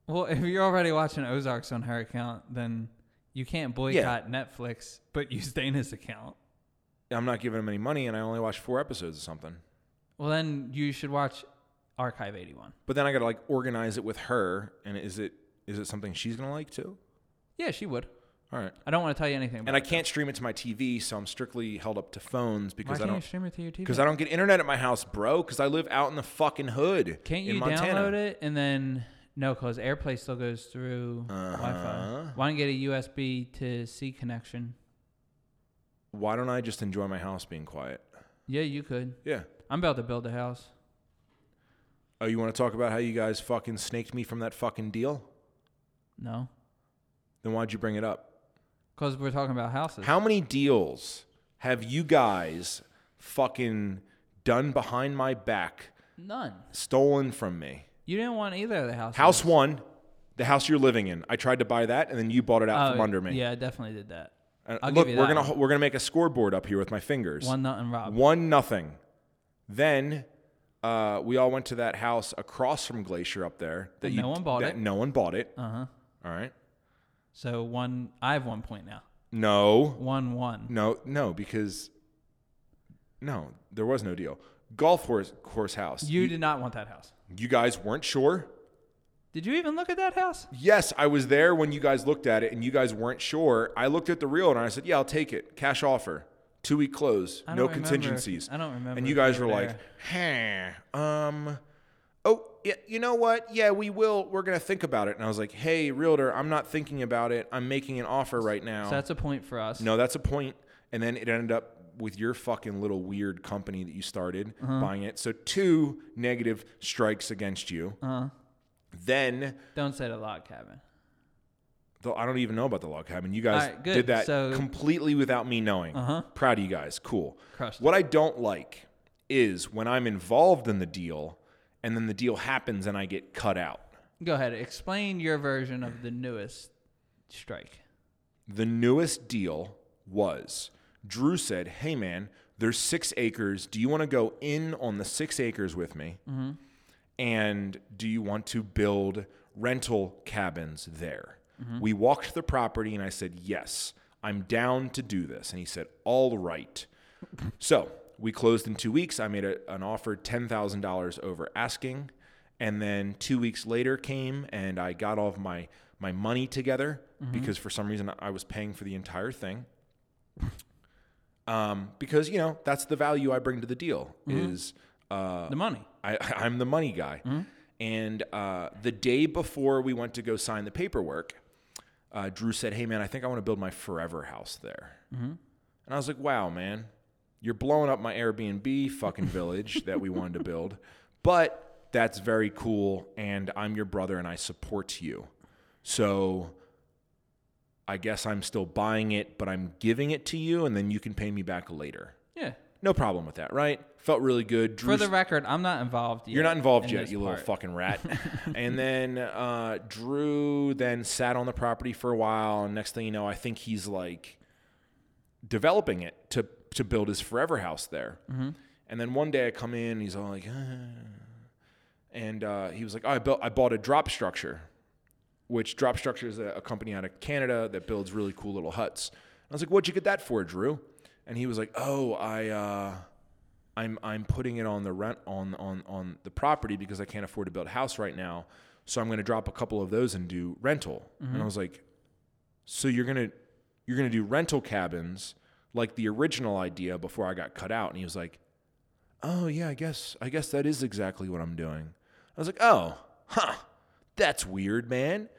Well, if you're already watching Ozarks on her account, then you can't boycott Netflix, but use Dana's account.
I'm not giving him any money and I only watched four episodes or something.
Well, then you should watch Archive eighty one.
But then I gotta like organize it with her, and is it is it something she's gonna like too?
Yeah, she would.
All right.
I don't want to tell you anything. About
And I
it.
can't stream it to my TV, so I'm strictly held up to phones
Why
because I
can't you
don't
stream it to your TV?
because I don't get internet at my house, bro. Because I live out in the fucking hood.
Can't
in
you
Montana.
download it and then no, because AirPlay still goes through Wi-Fi.
Uh-huh.
Why don't you get a USB to C connection?
Why don't I just enjoy my house being quiet?
Yeah, you could.
Yeah.
I'm about to build a house.
Oh, you want to talk about how you guys fucking snaked me from that fucking deal?
No,
Then why'd you bring it up?
because we're talking about houses.
How many deals have you guys fucking done behind my back,
None.
stolen from me?
You didn't want either of the houses.
House one, the house you're living in. I tried to buy that, and then you bought it out from
Oh,
under me.
Yeah, I definitely did that.
And
I'll
look,
give you
we're
that
gonna we're gonna make a scoreboard up here with my fingers.
One nothing, Rob.
One nothing. Then uh, we all went to that house across from Glacier up there. That
And
you,
no one bought
that
it. Uh-huh.
No one bought it. Uh huh. All right.
So one, I have one point now.
No,
One one.
no, no, because no, there was no deal. Golf horse, course house.
You did not want that house.
you guys weren't sure.
Did you even look at that house?
Yes, I was there when you guys looked at it and you guys weren't sure. I looked at the reel and I said, "Yeah, I'll take it. Cash offer. 2 week close.
I
no
don't remember.
contingencies."
I don't remember
And you
if we
guys
were
were like, "Huh. Um Oh, yeah, you know what? Yeah, we will. We're going to think about it." And I was like, "Hey, realtor, I'm not thinking about it. I'm making an offer right now."
So that's a point for us.
no, that's a point. And then it ended up with your fucking little weird company that you started
Uh-huh.
buying it. So two negative strikes against you.
Uh-huh.
Then
Don't say it a lot, Kevin.
The, I don't even know about the log cabin. You guys
Alright, good.
did that
So-
completely without me knowing.
Uh-huh.
Proud of you guys. Cool.
Crushed
what I don't like is when I'm involved in the deal and then the deal happens and I get cut out.
Go ahead. Explain your version of the newest strike.
The newest deal was Drew said, Hey, man, there's six acres. Do you want to go in on the six acres with me? And do you want to build rental cabins there? We walked the property and I said, Yes, I'm down to do this. And he said, All right. So we closed in two weeks. I made a, an offer $10,000 over asking. And then two weeks later came and I got all of my, my money together because for some reason I was paying for the entire thing. Um, because, you know, that's the value I bring to the deal is uh,
the money.
I, *laughs* I'm the money guy.
Mm-hmm.
And uh, the day before we went to go sign the paperwork, uh, Drew said, Hey, man, I think I want to build my forever house there.
Mm-hmm.
And I was like, Wow, man, you're blowing up my Airbnb fucking village that we wanted to build. But that's very cool. And I'm your brother and I support you. So I guess I'm still buying it, but I'm giving it to you and then you can pay me back later.
Yeah.
No problem with that, right? Felt really good.
For
Drew's
the record, I'm not involved yet.
you're not involved
in
yet,
this
you
part.
little fucking
*laughs*
rat. and then uh, Drew then sat on the property for a while, and next thing you know, I think he's like developing it to to build his forever house there.
Mm-hmm.
And then one day I come in, and he's all like, *sighs* and uh, he was like, oh, I built, I bought a drop structure, which drop structure is a, a company out of Canada that builds really cool little huts. I was like, what'd you get that for, Drew? And he was like, oh, I. Uh, I'm I'm putting it on the rent on on on the property because I can't afford to build a house right now. So I'm going to drop a couple of those and do rental. And I was like, so you're going to you're going to do rental cabins like the original idea before I got cut out. And he was like, "Oh, yeah, I guess I guess that is exactly what I'm doing." I was like, "Oh, huh. That's weird, man."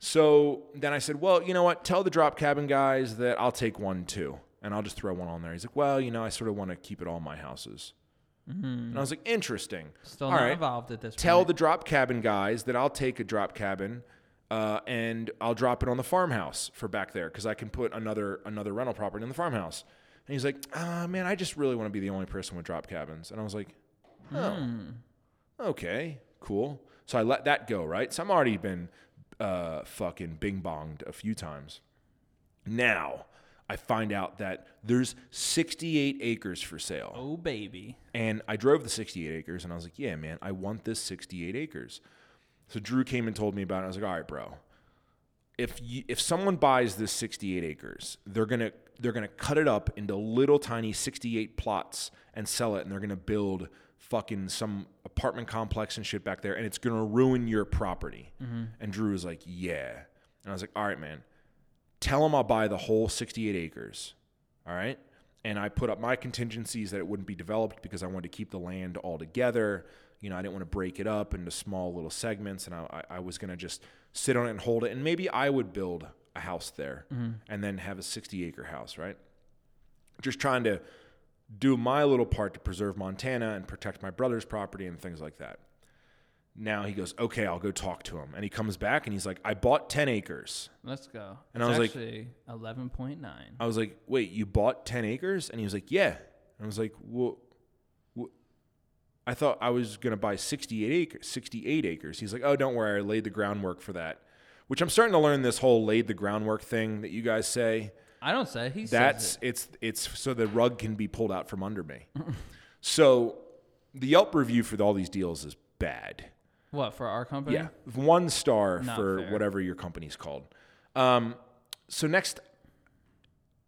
So then I said, well, you know what? Tell the drop cabin guys that I'll take one too, and I'll just throw one on there. He's like, well, you know, I sort of want to keep it all in my houses. And I was like, interesting.
Mm-hmm. Still
all
not
right.
involved at this
Tell
point.
the drop cabin guys that I'll take a drop cabin, uh, and I'll drop it on the farmhouse for back there because I can put another another rental property in the farmhouse. And he's like, ah, man, I just really want to be the only person with drop cabins. And I was like, oh okay, cool. So I let that go, right? So I'm already been uh, fucking bing bonged a few times. Now I find out that there's 68 acres for sale.
Oh, baby.
And I drove the 68 acres and I was like, yeah, man, I want this 68 acres. So Drew came and told me about it. I was like, all right, bro. If you, if someone buys this 68 acres, they're gonna they're gonna cut it up into little tiny 68 plots and sell it, and they're gonna build fucking some apartment complex and shit back there, and it's gonna ruin your property. And Drew was like, yeah. And I was like, all right, man tell him I'll buy the whole 68 acres. All right. And I put up my contingencies that it wouldn't be developed because I wanted to keep the land all together. You know, I didn't want to break it up into small little segments. And I, I I was going to just sit on it and hold it. And maybe I would build a house there and then have a 60 acre house, right? Just trying to do my little part to preserve Montana and protect my brother's property and things like that. Now he goes, okay, I'll go talk to him. And he comes back and he's like, I bought 10 acres.
Let's go.
And I was
It's
like-
actually 11.9.
I was like, "Wait, you bought ten acres?" And he was like, "Yeah." And I was like, "Well, wh- I thought I was gonna buy sixty-eight acres. Sixty-eight acres." He's like, "Oh, don't worry, I laid the groundwork for that." Which I'm starting to learn this whole laid the groundwork thing that you guys say.
I don't say he says
That's
it.
it's it's so the rug can be pulled out from under me. *laughs* so the Yelp review for all these deals is bad.
what for our company.
Yeah, one star
Not
for
fair.
whatever your company's called. Um, so next,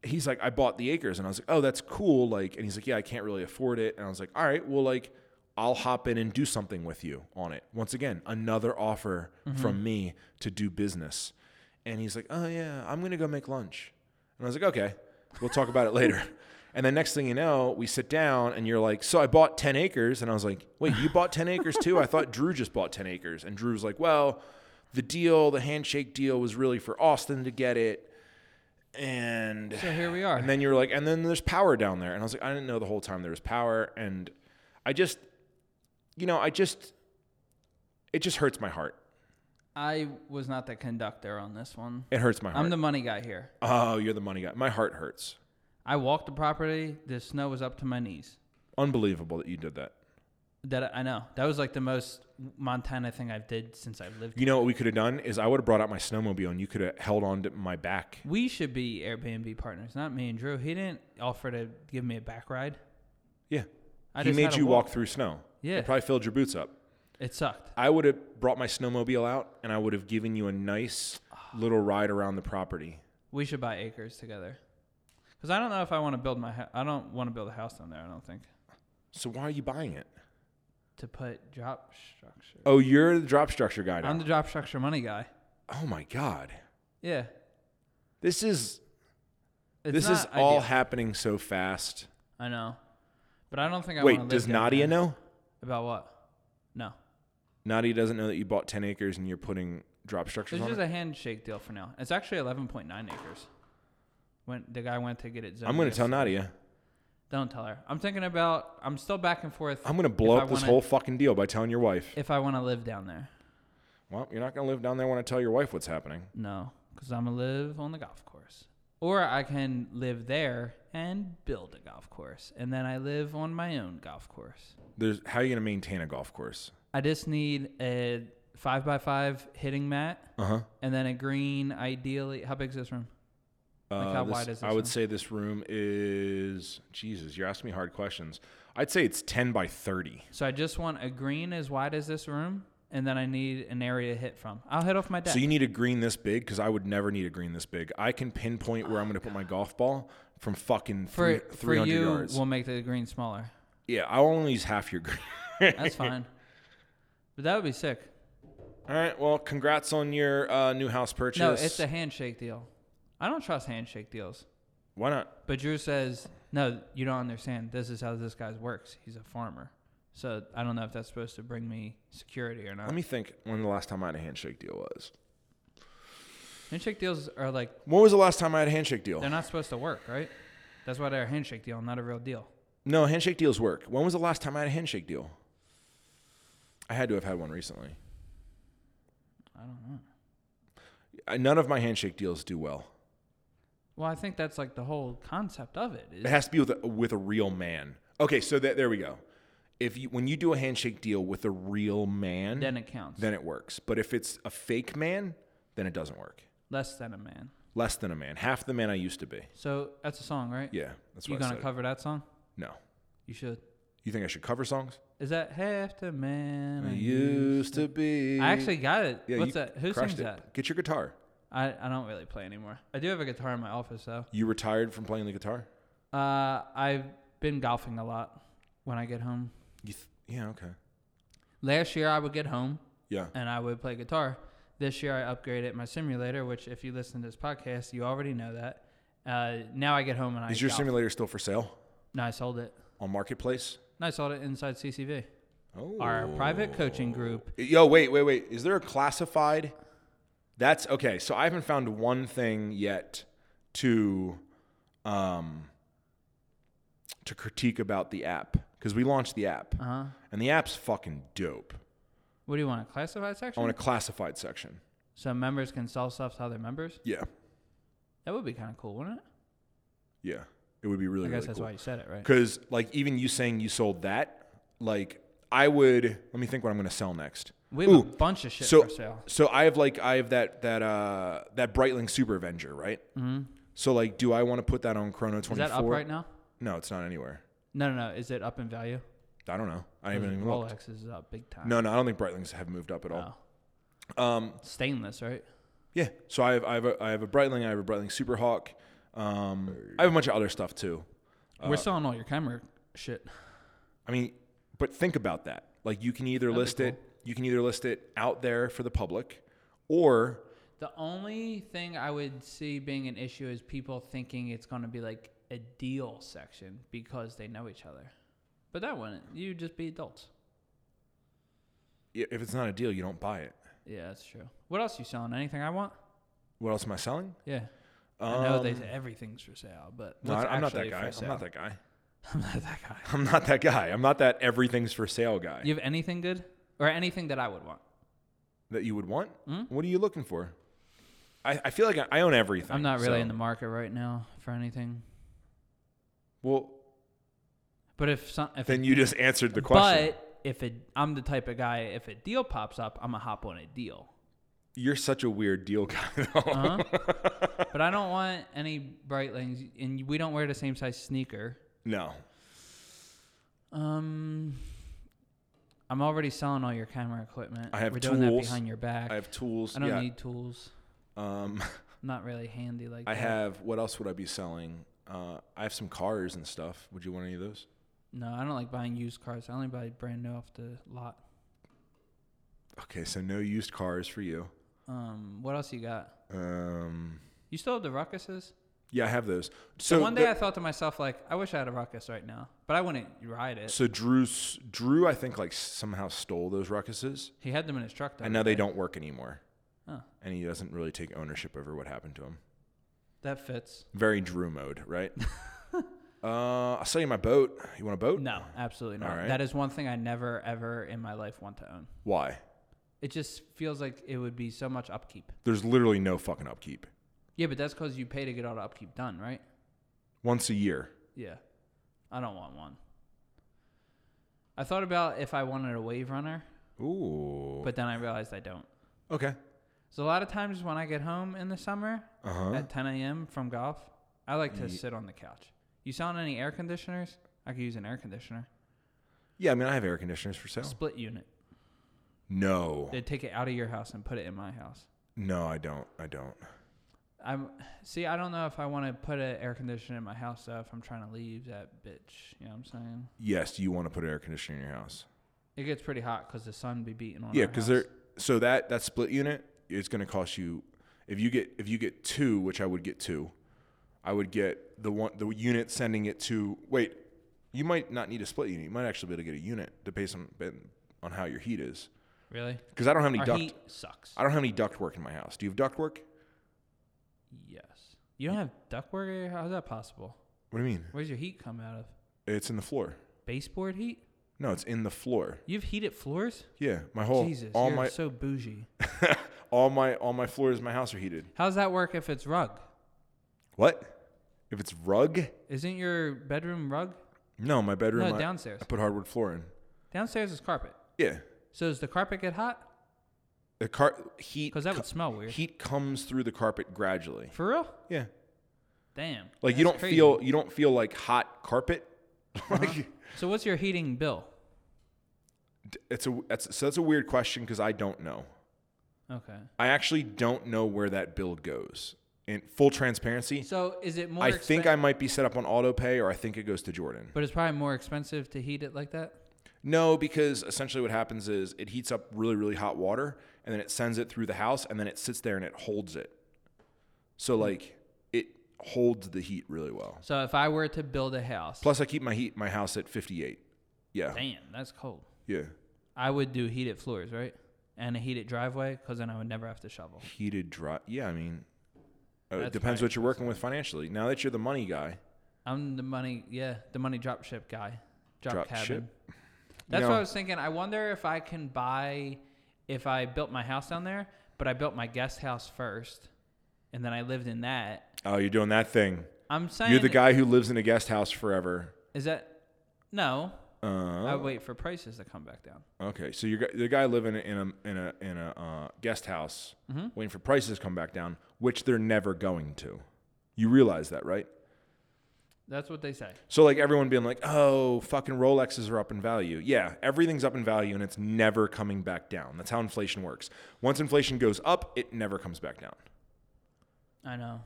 he's like, I bought the acres, and I was like, oh, that's cool. Like, and he's like, yeah, I can't really afford it, and I was like, all right, well, like, I'll hop in and do something with you on it. Once again, another offer
Mm-hmm.
from me to do business, and he's like, oh yeah, I'm gonna go make lunch, and I was like, okay, we'll talk about it later. *laughs* And then next thing you know, we sit down and you're like, So I bought 10 acres. And I was like, Wait, you bought 10 acres too? I thought Drew just bought 10 acres. And Drew was like, Well, the deal, the handshake deal was really for Austin to get it. And
So here we are.
and then you were like, and then there's power down there. And I was like, I didn't know the whole time there was power. And I just, you know, I just, it just hurts my heart.
I was not the conductor on this one.
It hurts my heart.
I'm the money guy here.
oh, you're the money guy. My heart hurts.
I walked the property. The snow was up to my knees.
Unbelievable that you did that.
That I know. That was like the most Montana thing I've did since I've lived.
You know what we could have done is I would have brought out my snowmobile and you could have held on to my back.
we should be Airbnb partners, not me and Drew. He didn't offer to give me a back ride.
Yeah.
I
he
just
made
had a
you walk.
walk.
through snow.
Yeah.
It probably filled your boots up.
It sucked.
I would have brought my snowmobile out and I would have given you a nice little ride around the property.
We should buy acres together. Cause I don't know if I want to build my. hou- I don't want to build a house down there. I don't think
So why are you buying it?
to put drop structure.
Oh, you're the drop structure guy now.
I'm the drop structure money guy.
oh my god.
Yeah.
This is
It's
this
not
is all
ideal.
happening so fast.
I know, but I don't think I
Wait,
wanna
does
live down
Nadia
there.
know?
about what? No,
Nadia doesn't know that you bought 10 acres and you're putting drop structures
it's
on
just
it?
a handshake deal for now. It's actually 11.9 acres. When the guy went to get it, zoned
I'm going to tell
yes.
Nadia.
Don't tell her. I'm thinking about. I'm still back and forth.
I'm going to
if
blow
I
up this
wanna-
whole fucking deal by telling your wife.
If I want to live down there,
Well, you're not going to live down there when I tell your wife what's happening.
no, because I'm gonna live on the golf course, or I can live there and build a golf course, and then I live on my own golf course.
There's how are you going to maintain a golf course?
I just need a five by five hitting mat,
Uh-huh.
and then a green. Ideally, how big is this room?
Uh
how
this-
wide is
I
this
would
room?
say this room is Jesus. You're asking me hard questions. I'd say it's 10 by 30.
So I just want a green as wide as this room, and then I need an area to hit from. I'll hit off my deck. *laughs*
So you need a green this big because I would never need a green this big. I can pinpoint where I'm going to put my golf ball from fucking
Oh, for
three,
for
300
you,
yards.
we'll make the green
*laughs*
smaller.
yeah, I'll only use half your green. *laughs*
That's fine. But that would be sick.
All right. Well, congrats on your uh, new house purchase.
No, it's a handshake deal. I don't trust handshake deals.
Why not?
But Drew says, no, you don't understand. This is how this guy works. He's a farmer. So I don't know if that's supposed to bring me security or not.
Let me think when the last time I had a handshake deal was.
handshake deals are like,
When was the last time I had a handshake deal?
they're not supposed to work, right? That's why they're a handshake deal, not a real deal.
No, handshake deals work. When was the last time I had a handshake deal? I had to have had one recently. I don't know. None of my handshake deals do well.
Well, I think that's like the whole concept of it.
*clears throat*
is-
It has to be with a, with a real man. Okay, so that, there we go. If you when you do a handshake deal with a real man,
then it counts.
then it works. But if it's a fake man, then it doesn't work.
Less than a man.
Less than a man, half the man I used to be.
So that's a song, right?
Yeah, that's
You
what I
gonna
said.
cover that song?
no,
You should.
you think I should cover songs?
Is that half the man? I
I
used-
used to be.
Mm-hmm. I actually got it.
Yeah,
What's
you
that? Who
crushed
sings
it.
that?
Get your guitar.
I, I don't really play anymore. I do have a guitar in my office though.
You retired from playing the guitar?
Uh, I've been golfing a lot when I get home.
You th- yeah, okay.
Last year I would get home
Yeah.
and I would play guitar. This year I upgraded my simulator, which if you listen to this podcast, you already know that. Uh, now I get home and I
Is your
golf.
simulator still for sale
No, I sold it.
on Marketplace?
No, I sold it inside CCV.
Oh.
Our private coaching group
Yo, wait, wait, wait. Is there a classified? That's okay. So I haven't found one thing yet to um to critique about the app cuz we launched the app. Uh-huh. And the app's fucking dope.
What do you want? A classified
I
section?
want a classified section.
so members can sell stuff to other members?
Yeah.
That would be kind of cool, wouldn't it?
Yeah. It would be really
I guess
really
that's
cool.
why you said it, right?
Because like even you saying you sold that, like I would. Let me think what I'm gonna sell next.
We have a bunch of shit
so
for sale.
so I have like I have that that uh that Brightling Super Avenger, right? Mm-hmm. So like, do I want to put that on Chrono
Is
24?
that up right now?
No, it's not anywhere.
No, no, no. Is it up in value?
I don't know. I haven't even looked.
Rolex is up big time.
No, no, I don't think Brightlings have moved up at all.
Oh.
Um,
Stainless, right?
Yeah. So I have I have a, I have a Brightling. I have a Brightling Super Hawk. Um, I have a bunch of other stuff too. uh,
We're selling all your camera shit.
I mean, but think about that. Like you can either list it, you can either list it out there for the public, or
The only thing I would see being an issue is people thinking it's going to be like a deal section because they know each other. But that wouldn't. You'd just be adults.
i- if it's not a deal, you don't buy it.
Yeah, that's true. What else you selling? Anything I want?
What else am I selling?
Yeah. I know they say everything's for sale, but
Um, No,
what's
I, am not
actually
that
for
guy. I'm
sale?
not that guy.
*laughs*
*laughs*
I'm not that guy.
I'm not that guy. I'm not that everything's for sale guy.
You have anything good or anything that I would want?
that you would want?
Hmm?
What are you looking for? I, I feel like I, I own everything.
I'm not really
so-
in the market right now for anything.
Well,
But if some, if
then you just answered the question.
but if it, I'm the type of guy. If a deal pops up, I'm gonna hop on a
*laughs*
deal. Uh-huh.
You're such a weird deal guy, *laughs* though.
But I don't want any Brightlings, and we don't wear the same size sneaker.
No.
Um, I'm already selling all your camera equipment.
I have
We're doing that
tools.
behind your back.
I have tools.
I don't
yeah.
need tools.
um,
I'm not really handy like
I
that.
have. What else would I be selling? Uh, I have some cars and stuff. Would you want any of those?
No, I don't like buying used cars. I only buy brand new off the lot.
Okay, so no used cars for you.
Um, what else you got?
Um,
You still have the ruckuses?
yeah, I have those. So
One day
the-
I thought to myself, like, I wish I had a ruckus right now, but I wouldn't ride it.
so Drew's Drew, I think like somehow stole those ruckuses,
He had them in his truck. the
and
other
now they
day.
don't work anymore.
Oh.
And he doesn't really take ownership over what happened to him.
That fits.
Very Drew mode, right? uh, I'll sell you my boat. You want a boat?
No, absolutely not.
All right.
That is one thing I never, ever in my life want to own.
Why?
It just feels like it would be so much upkeep.
There's literally no fucking upkeep.
Yeah, but that's because you pay to get all the upkeep done, right?
Once a year.
Yeah. I don't want one. I thought about if I wanted a wave runner,
Ooh.
but then I realized I don't.
okay.
So a lot of times when I get home in the summer at 10 a.m. from golf, I like to sit on the couch. You selling any air conditioners? I could use an air conditioner.
Yeah, I mean, I have air conditioners for sale.
Split unit.
No,
They'd take it out of your house and put it in my house.
no, I don't. I don't.
I'm see. I don't know if I want to put an air conditioner in my house though. If I'm trying to leave that bitch, you know what I'm saying?
Yes, you want to put air conditioner in your house.
It gets pretty hot because the sun be beating on.
Yeah,
our
because
house.
they're so that that split unit is going to cost you if you get if you get two, which I would get two, I would get the one the unit sending it to wait. You might not need a split unit. You might actually be able to get a unit to based on on how your heat is.
really.
Because I don't have any
Our
duct.
heat sucks.
I don't have any duct work in my house. Do you have duct work?
Yes. You don't have ductwork. at your house? How's that possible?
What do you mean?
Where's your heat come out of?
It's in the floor.
Baseboard heat?
No, it's in the floor.
You've heated floors?
Yeah, my whole
Jesus,
Oh, all
you're
my
so bougie.
all my all my floors in my house are heated.
How's that work if it's rug?
What? If it's rug?
Isn't your bedroom rug?
No, my bedroom.
No,
I-
downstairs.
I put hardwood floor in.
Downstairs is carpet.
Yeah,
So does the carpet get hot?
the car heat.
Because that
co-
would smell weird.
Heat comes through the carpet gradually.
For real?
Yeah,
Damn.
like you
that's
don't
crazy.
feel you don't feel like hot carpet. *laughs* like
So what's your heating bill?
d- it's a that's so that's a weird question because I don't know.
Okay.
I actually don't know where that bill goes. In full transparency,
So is it more?
I think
expen-
I might be set up on auto pay, or I think it goes to Jordan.
But it's probably more expensive to heat it like that.
No, because essentially what happens is it heats up really, really hot water and then it sends it through the house and then it sits there and it holds it. So like it holds the heat really well.
So if I were to build a house,
Plus I keep my heat my house at 58. Yeah.
damn, that's cold.
Yeah.
I would do heated floors, right? And a heated driveway, because then I would never have to shovel.
Heated dry. Yeah, I mean uh, it
That's
depends
fine.
what you're working with financially. Now that you're the money guy,
I'm the money, yeah, the money drop ship guy, drop,
Drop
cabin.
ship?
That's
No.
what I was thinking. I wonder if I can buy, if I built my house down there, but I built my guest house first, and then I lived in that.
oh, you're doing that thing.
I'm saying
You're the guy who lives in a guest house forever.
Is that no? I
Uh,
wait for prices to come back down.
okay, so you're g- the guy living in a in a in a uh, guest house, waiting for prices to come back down, which they're never going to. You realize that, right?
That's what they say.
So like everyone being like, "Oh, fucking Rolexes are up in value." Yeah, everything's up in value and it's never coming back down. That's how inflation works. Once inflation goes up, it never comes back down.
I know.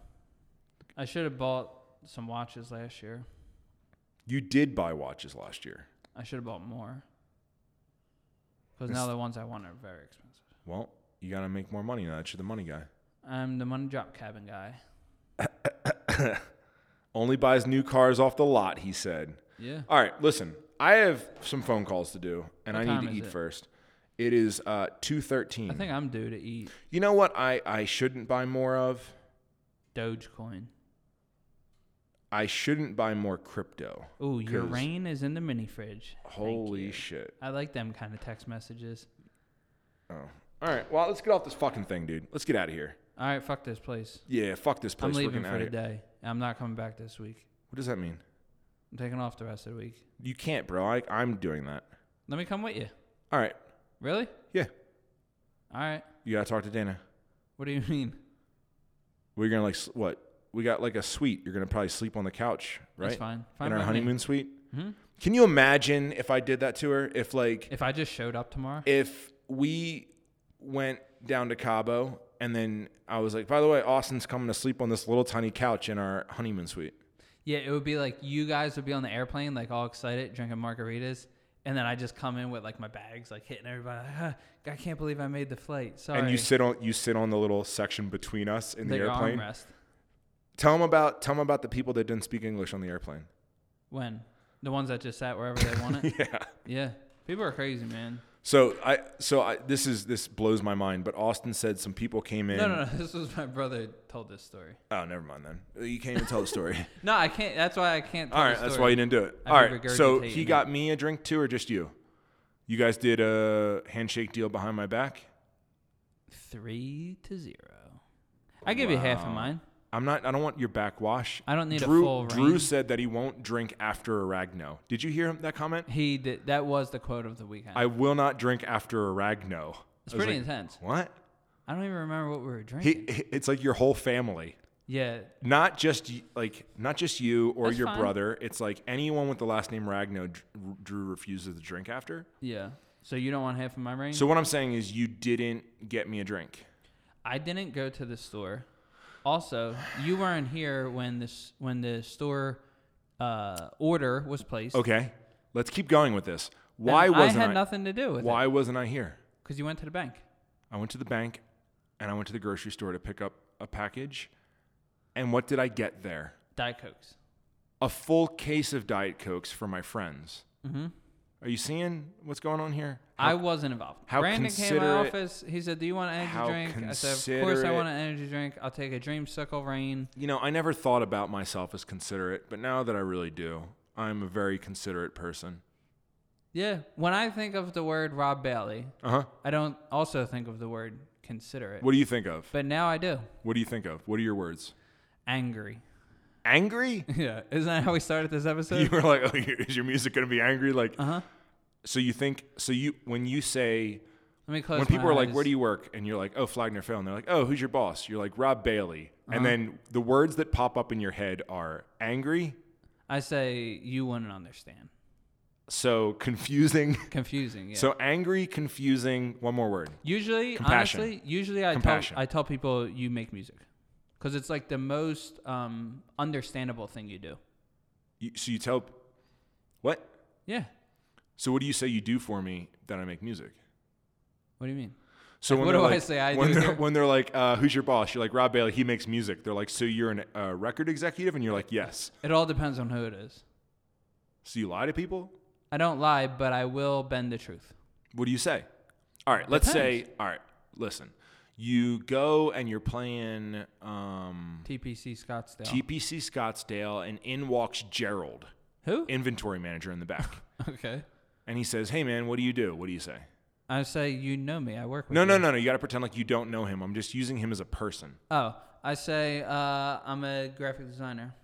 I should have bought some watches last year.
You did buy watches last year.
I should have bought more. Because now the ones I want are very expensive.
Well, you got to make more money now that you're the money guy.
I'm the money drop cabin guy.
Only buys new cars off the lot, he said.
Yeah.
All right, listen. I have some phone calls to do, and
What
I need
time
to
is
eat
it?
first. It is uh, two
I
thirteen.
think I'm due to eat
You know what? I I shouldn't buy more of.
Dogecoin.
I shouldn't buy more crypto.
Ooh, your
'Cause-
rain is in the mini fridge. Thank
Holy
you.
shit!
I like them kind of text messages.
Oh, All right. Well, let's get off this fucking thing, dude. Let's get out of here.
All right, fuck this place.
Yeah, fuck this place.
I'm
We're getting
leaving for
outta
the
here.
day. I'm not coming back this week.
What does that mean?
I'm taking off the rest of the week.
You can't, bro. I, I'm doing that.
Let me come with you.
All right.
Really?
Yeah.
All right.
You gotta talk to Dana.
What do you *laughs* mean?
We're gonna like s- what? We got like a suite. You're gonna probably sleep on the couch, right?
That's fine. Fine
In our
by me. Mm-hmm.
honeymoon suite. Can you imagine if I did that to her? If like
If I just showed up tomorrow?
if we went down to Cabo and then I was like, by the way, Austin's coming to sleep on this little tiny couch in our honeymoon suite.
Yeah, it would be like you guys would be on the airplane, like all excited, drinking margaritas, and then I just come in with like my bags, like hitting everybody. Like, "Ah, I can't believe I made the flight. Sorry.
And you sit on you sit on the little section between us in the,
Like your
airplane.
armrest.
Tell them about tell them about the people that didn't speak English on the airplane.
When the ones that just sat wherever they wanted.
*laughs* Yeah.
yeah, people are crazy, man.
So I so I this is this blows my mind. But Austin said some people came in.
No, no, *laughs* no. This was my brother told this story.
Oh, never mind then. You can't even tell the
*laughs*
story.
No, I can't. That's why I can't. Tell
All
the
right, that's
story.
why you didn't do it.
I've
All
been
right, so
regurgitating
he
it.
got me a drink too, or just you? You guys did a handshake deal behind my back.
Three to zero. I give you half of mine.
I'm not. I don't want your backwash.
I don't need a
Drew,
full
Drew
range.
said that he won't drink after a ragno. Did you hear him- that comment?
He did. That was the quote of the weekend.
I will not drink after a ragno. I was
it's pretty
like,
intense.
What?
I don't even remember what we were
He,
drinking.
it's like your whole family,
yeah,
not just y- like not just you or
That's
your
fine.
brother. It's like anyone with the last name Ragno. Dr- Drew refuses to drink after.
yeah. So you don't want half of my range?
So what I'm saying is, you didn't get me a drink.
I didn't go to the store. Also, you weren't here when this when the store uh, order was placed.
Okay, let's keep going with this.
and
Why wasn't
I
I?
had nothing to do with it.
why wasn't I here?
Because you went to the bank.
I went to the bank, and I went to the grocery store to pick up a package. And what did I get there?
Diet Cokes.
A full case of Diet Cokes for my friends. Mm-hmm. Are you seeing what's going on here?
I wasn't involved.
how
Brandon came to my
considerate-
office. He said, "Do you want an energy
how
drink?" I said, "Of course I
considerate-
want an energy drink. I'll take a dreamsicle rain."
You know, I never thought about myself as considerate, but now that I really do, I'm a very considerate person.
Yeah. When I think of the word Rob Bailey,
Uh huh.
I don't also think of the word considerate.
What do you think of?
But now I do.
What do you think of? What are your words?
Angry. *laughs*
*laughs* Angry?
Yeah. Isn't that how we started this episode?
you were like, oh, your- is your music gonna be angry? Like, uh
Uh-huh.
huh. So you think? So you when you say
Let me close.
when people
my
are like,
eyes.
where do you work? And you're like, oh, Flagner Phil. And they're like, oh, who's your boss? You're like Rob Bailey.
Uh-huh.
And then the words that pop up in your head are angry,
I say you wouldn't understand.
so
*laughs*
confusing.
Confusing. Yeah.
So angry, confusing. One more word.
usually,
Compassion.
honestly, usually I
Compassion.
tell I tell people you make music because it's like the most um, understandable thing you do.
You, so you tell what?
Yeah.
So what do you say you do for me that I make music?
What do you mean?
So
Like,
when
what
they're
do I
like-
say I
when
do
They're,
here?
when they're like, uh, "Who's your boss?" You're like Rob Bailey. He makes music. They're like, "So you're an uh, record executive?" And you're like, "Yes."
It all depends on who it is.
So you lie to people?
I don't lie, but I will bend the truth.
What do you say? All right, let's
Depends.
say, all right, listen. You go and you're playing um,
TPC Scottsdale.
TPC Scottsdale, and in walks Gerald,
who? *laughs*
inventory manager in the back.
okay.
and he says, Hey, man, what do you do? What do you say?
I say you know me. I work with
No,
you.
no, no, no. You got to pretend like you don't know him. I'm just using him as a person.
Oh, I say uh, I'm a graphic designer.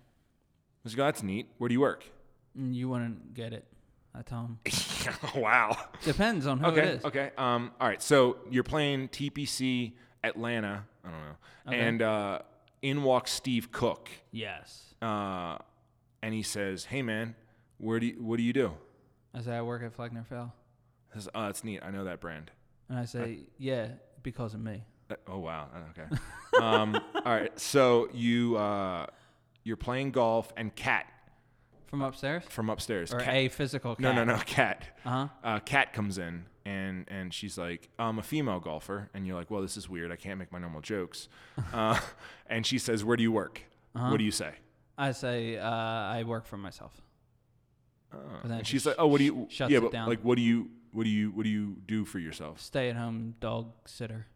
Let's go, "Oh, That's neat. Where do you work? *laughs*
Mm, You wouldn't get it. I tell them.
wow.
Depends on who it
Okay.
is.
Okay. Um, all right. So you're playing TPC Atlanta. I don't know. And uh, in walks Steve Cook.
Yes.
uh, and he says, "Hey man, where do you, what do you do?"
I say I work at Fleckner Fell.
I says, "Oh, it's neat. I know that brand."
And I say, yeah, because of me.
Uh, oh wow, Uh,
*laughs*
okay. um, all right, so you uh, you're playing golf and Cat
From upstairs?
from upstairs.
Or
Kat-
a physical cat?
no, no, *laughs* no, Cat.
Uh-huh.
Uh, Cat comes in and and she's like, "I'm a female golfer," and you're like, "Well, this is weird. I can't make my normal
*laughs*
jokes." Uh, and she says, "Where do you work?
Uh-huh.
What do you say?"
I say uh, I work for myself. Oh.
And she's like, "Oh, what do you?
shuts
yeah,
it
but
down.
like, what do you?" What do you what do you do for yourself?
Stay at home dog sitter.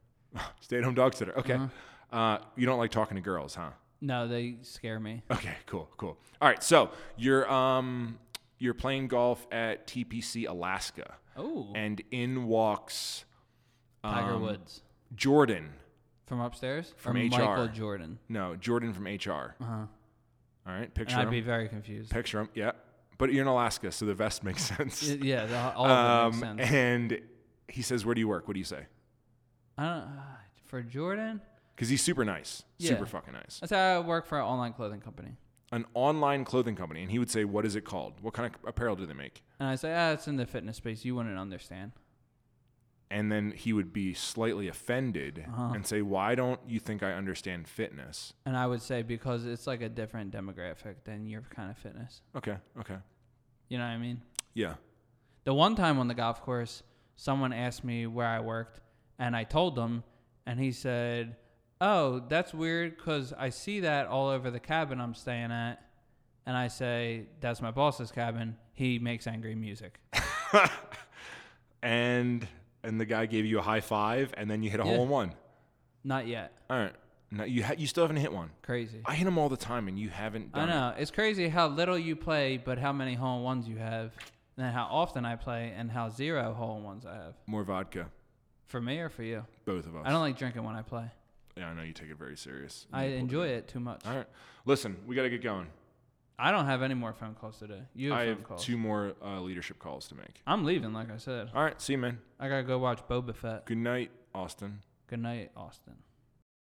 Stay at home dog sitter.
Uh-huh.
Okay. Uh, you don't like talking to girls, huh?
No, they scare me.
Okay, cool, cool. All right, so you're um you're playing golf at TPC Alaska,
Oh.
and in walks
Tiger Woods
Jordan.
from upstairs
Um, from
or
HR.
Michael Jordan.
No, Jordan from HR. Uh-huh. All right,
And
picture
I'd be
him.
very confused.
Picture him. Yeah, but you're in Alaska, so the vest makes *laughs* sense.
Y- yeah, the- all of
Um,
it makes sense.
and he says, "Where do you work? What do you say?"
I don't, uh, for Jordan,
Because he's super nice,
Yeah.
super fucking nice.
I say I work for an online clothing company,
An online clothing company, and he would say, "What is it called? What kind of apparel do they make?"
and I say, ah, it's in the fitness space. You wouldn't understand.
And then he would be slightly offended
Uh-huh.
and say, "Why don't you think I understand fitness?"
And I would say because it's like a different demographic than your kind of fitness.
Okay, okay,
You know what I mean?
yeah,
The one time on the golf course, someone asked me where I worked, and I told them, and he said, "Oh, that's weird, cause I see that all over the cabin I'm staying at." And I say, "That's my boss's cabin. He makes angry music."
and and the guy gave you a high five, and then you hit a hole in one.
Not yet.
All right, now you ha- you still haven't hit one.
Crazy.
I hit them all the time, and you haven't
I
done it.
know. It's crazy how little you play, but how many hole in ones you have, and then how often I play, and how zero hole in ones I have.
More vodka,
For me or for you?
both of us.
I don't like drinking when I play.
yeah, I know you take it very serious.
I enjoy it too much.
All right, listen, we got to get going.
I don't have any more phone calls today. You have
I
phone
have
calls.
two more uh, leadership calls to make.
I'm leaving, like I said.
All right, see you, man.
I gotta go watch Boba Fett.
Good night, Austin.
Good night, Austin.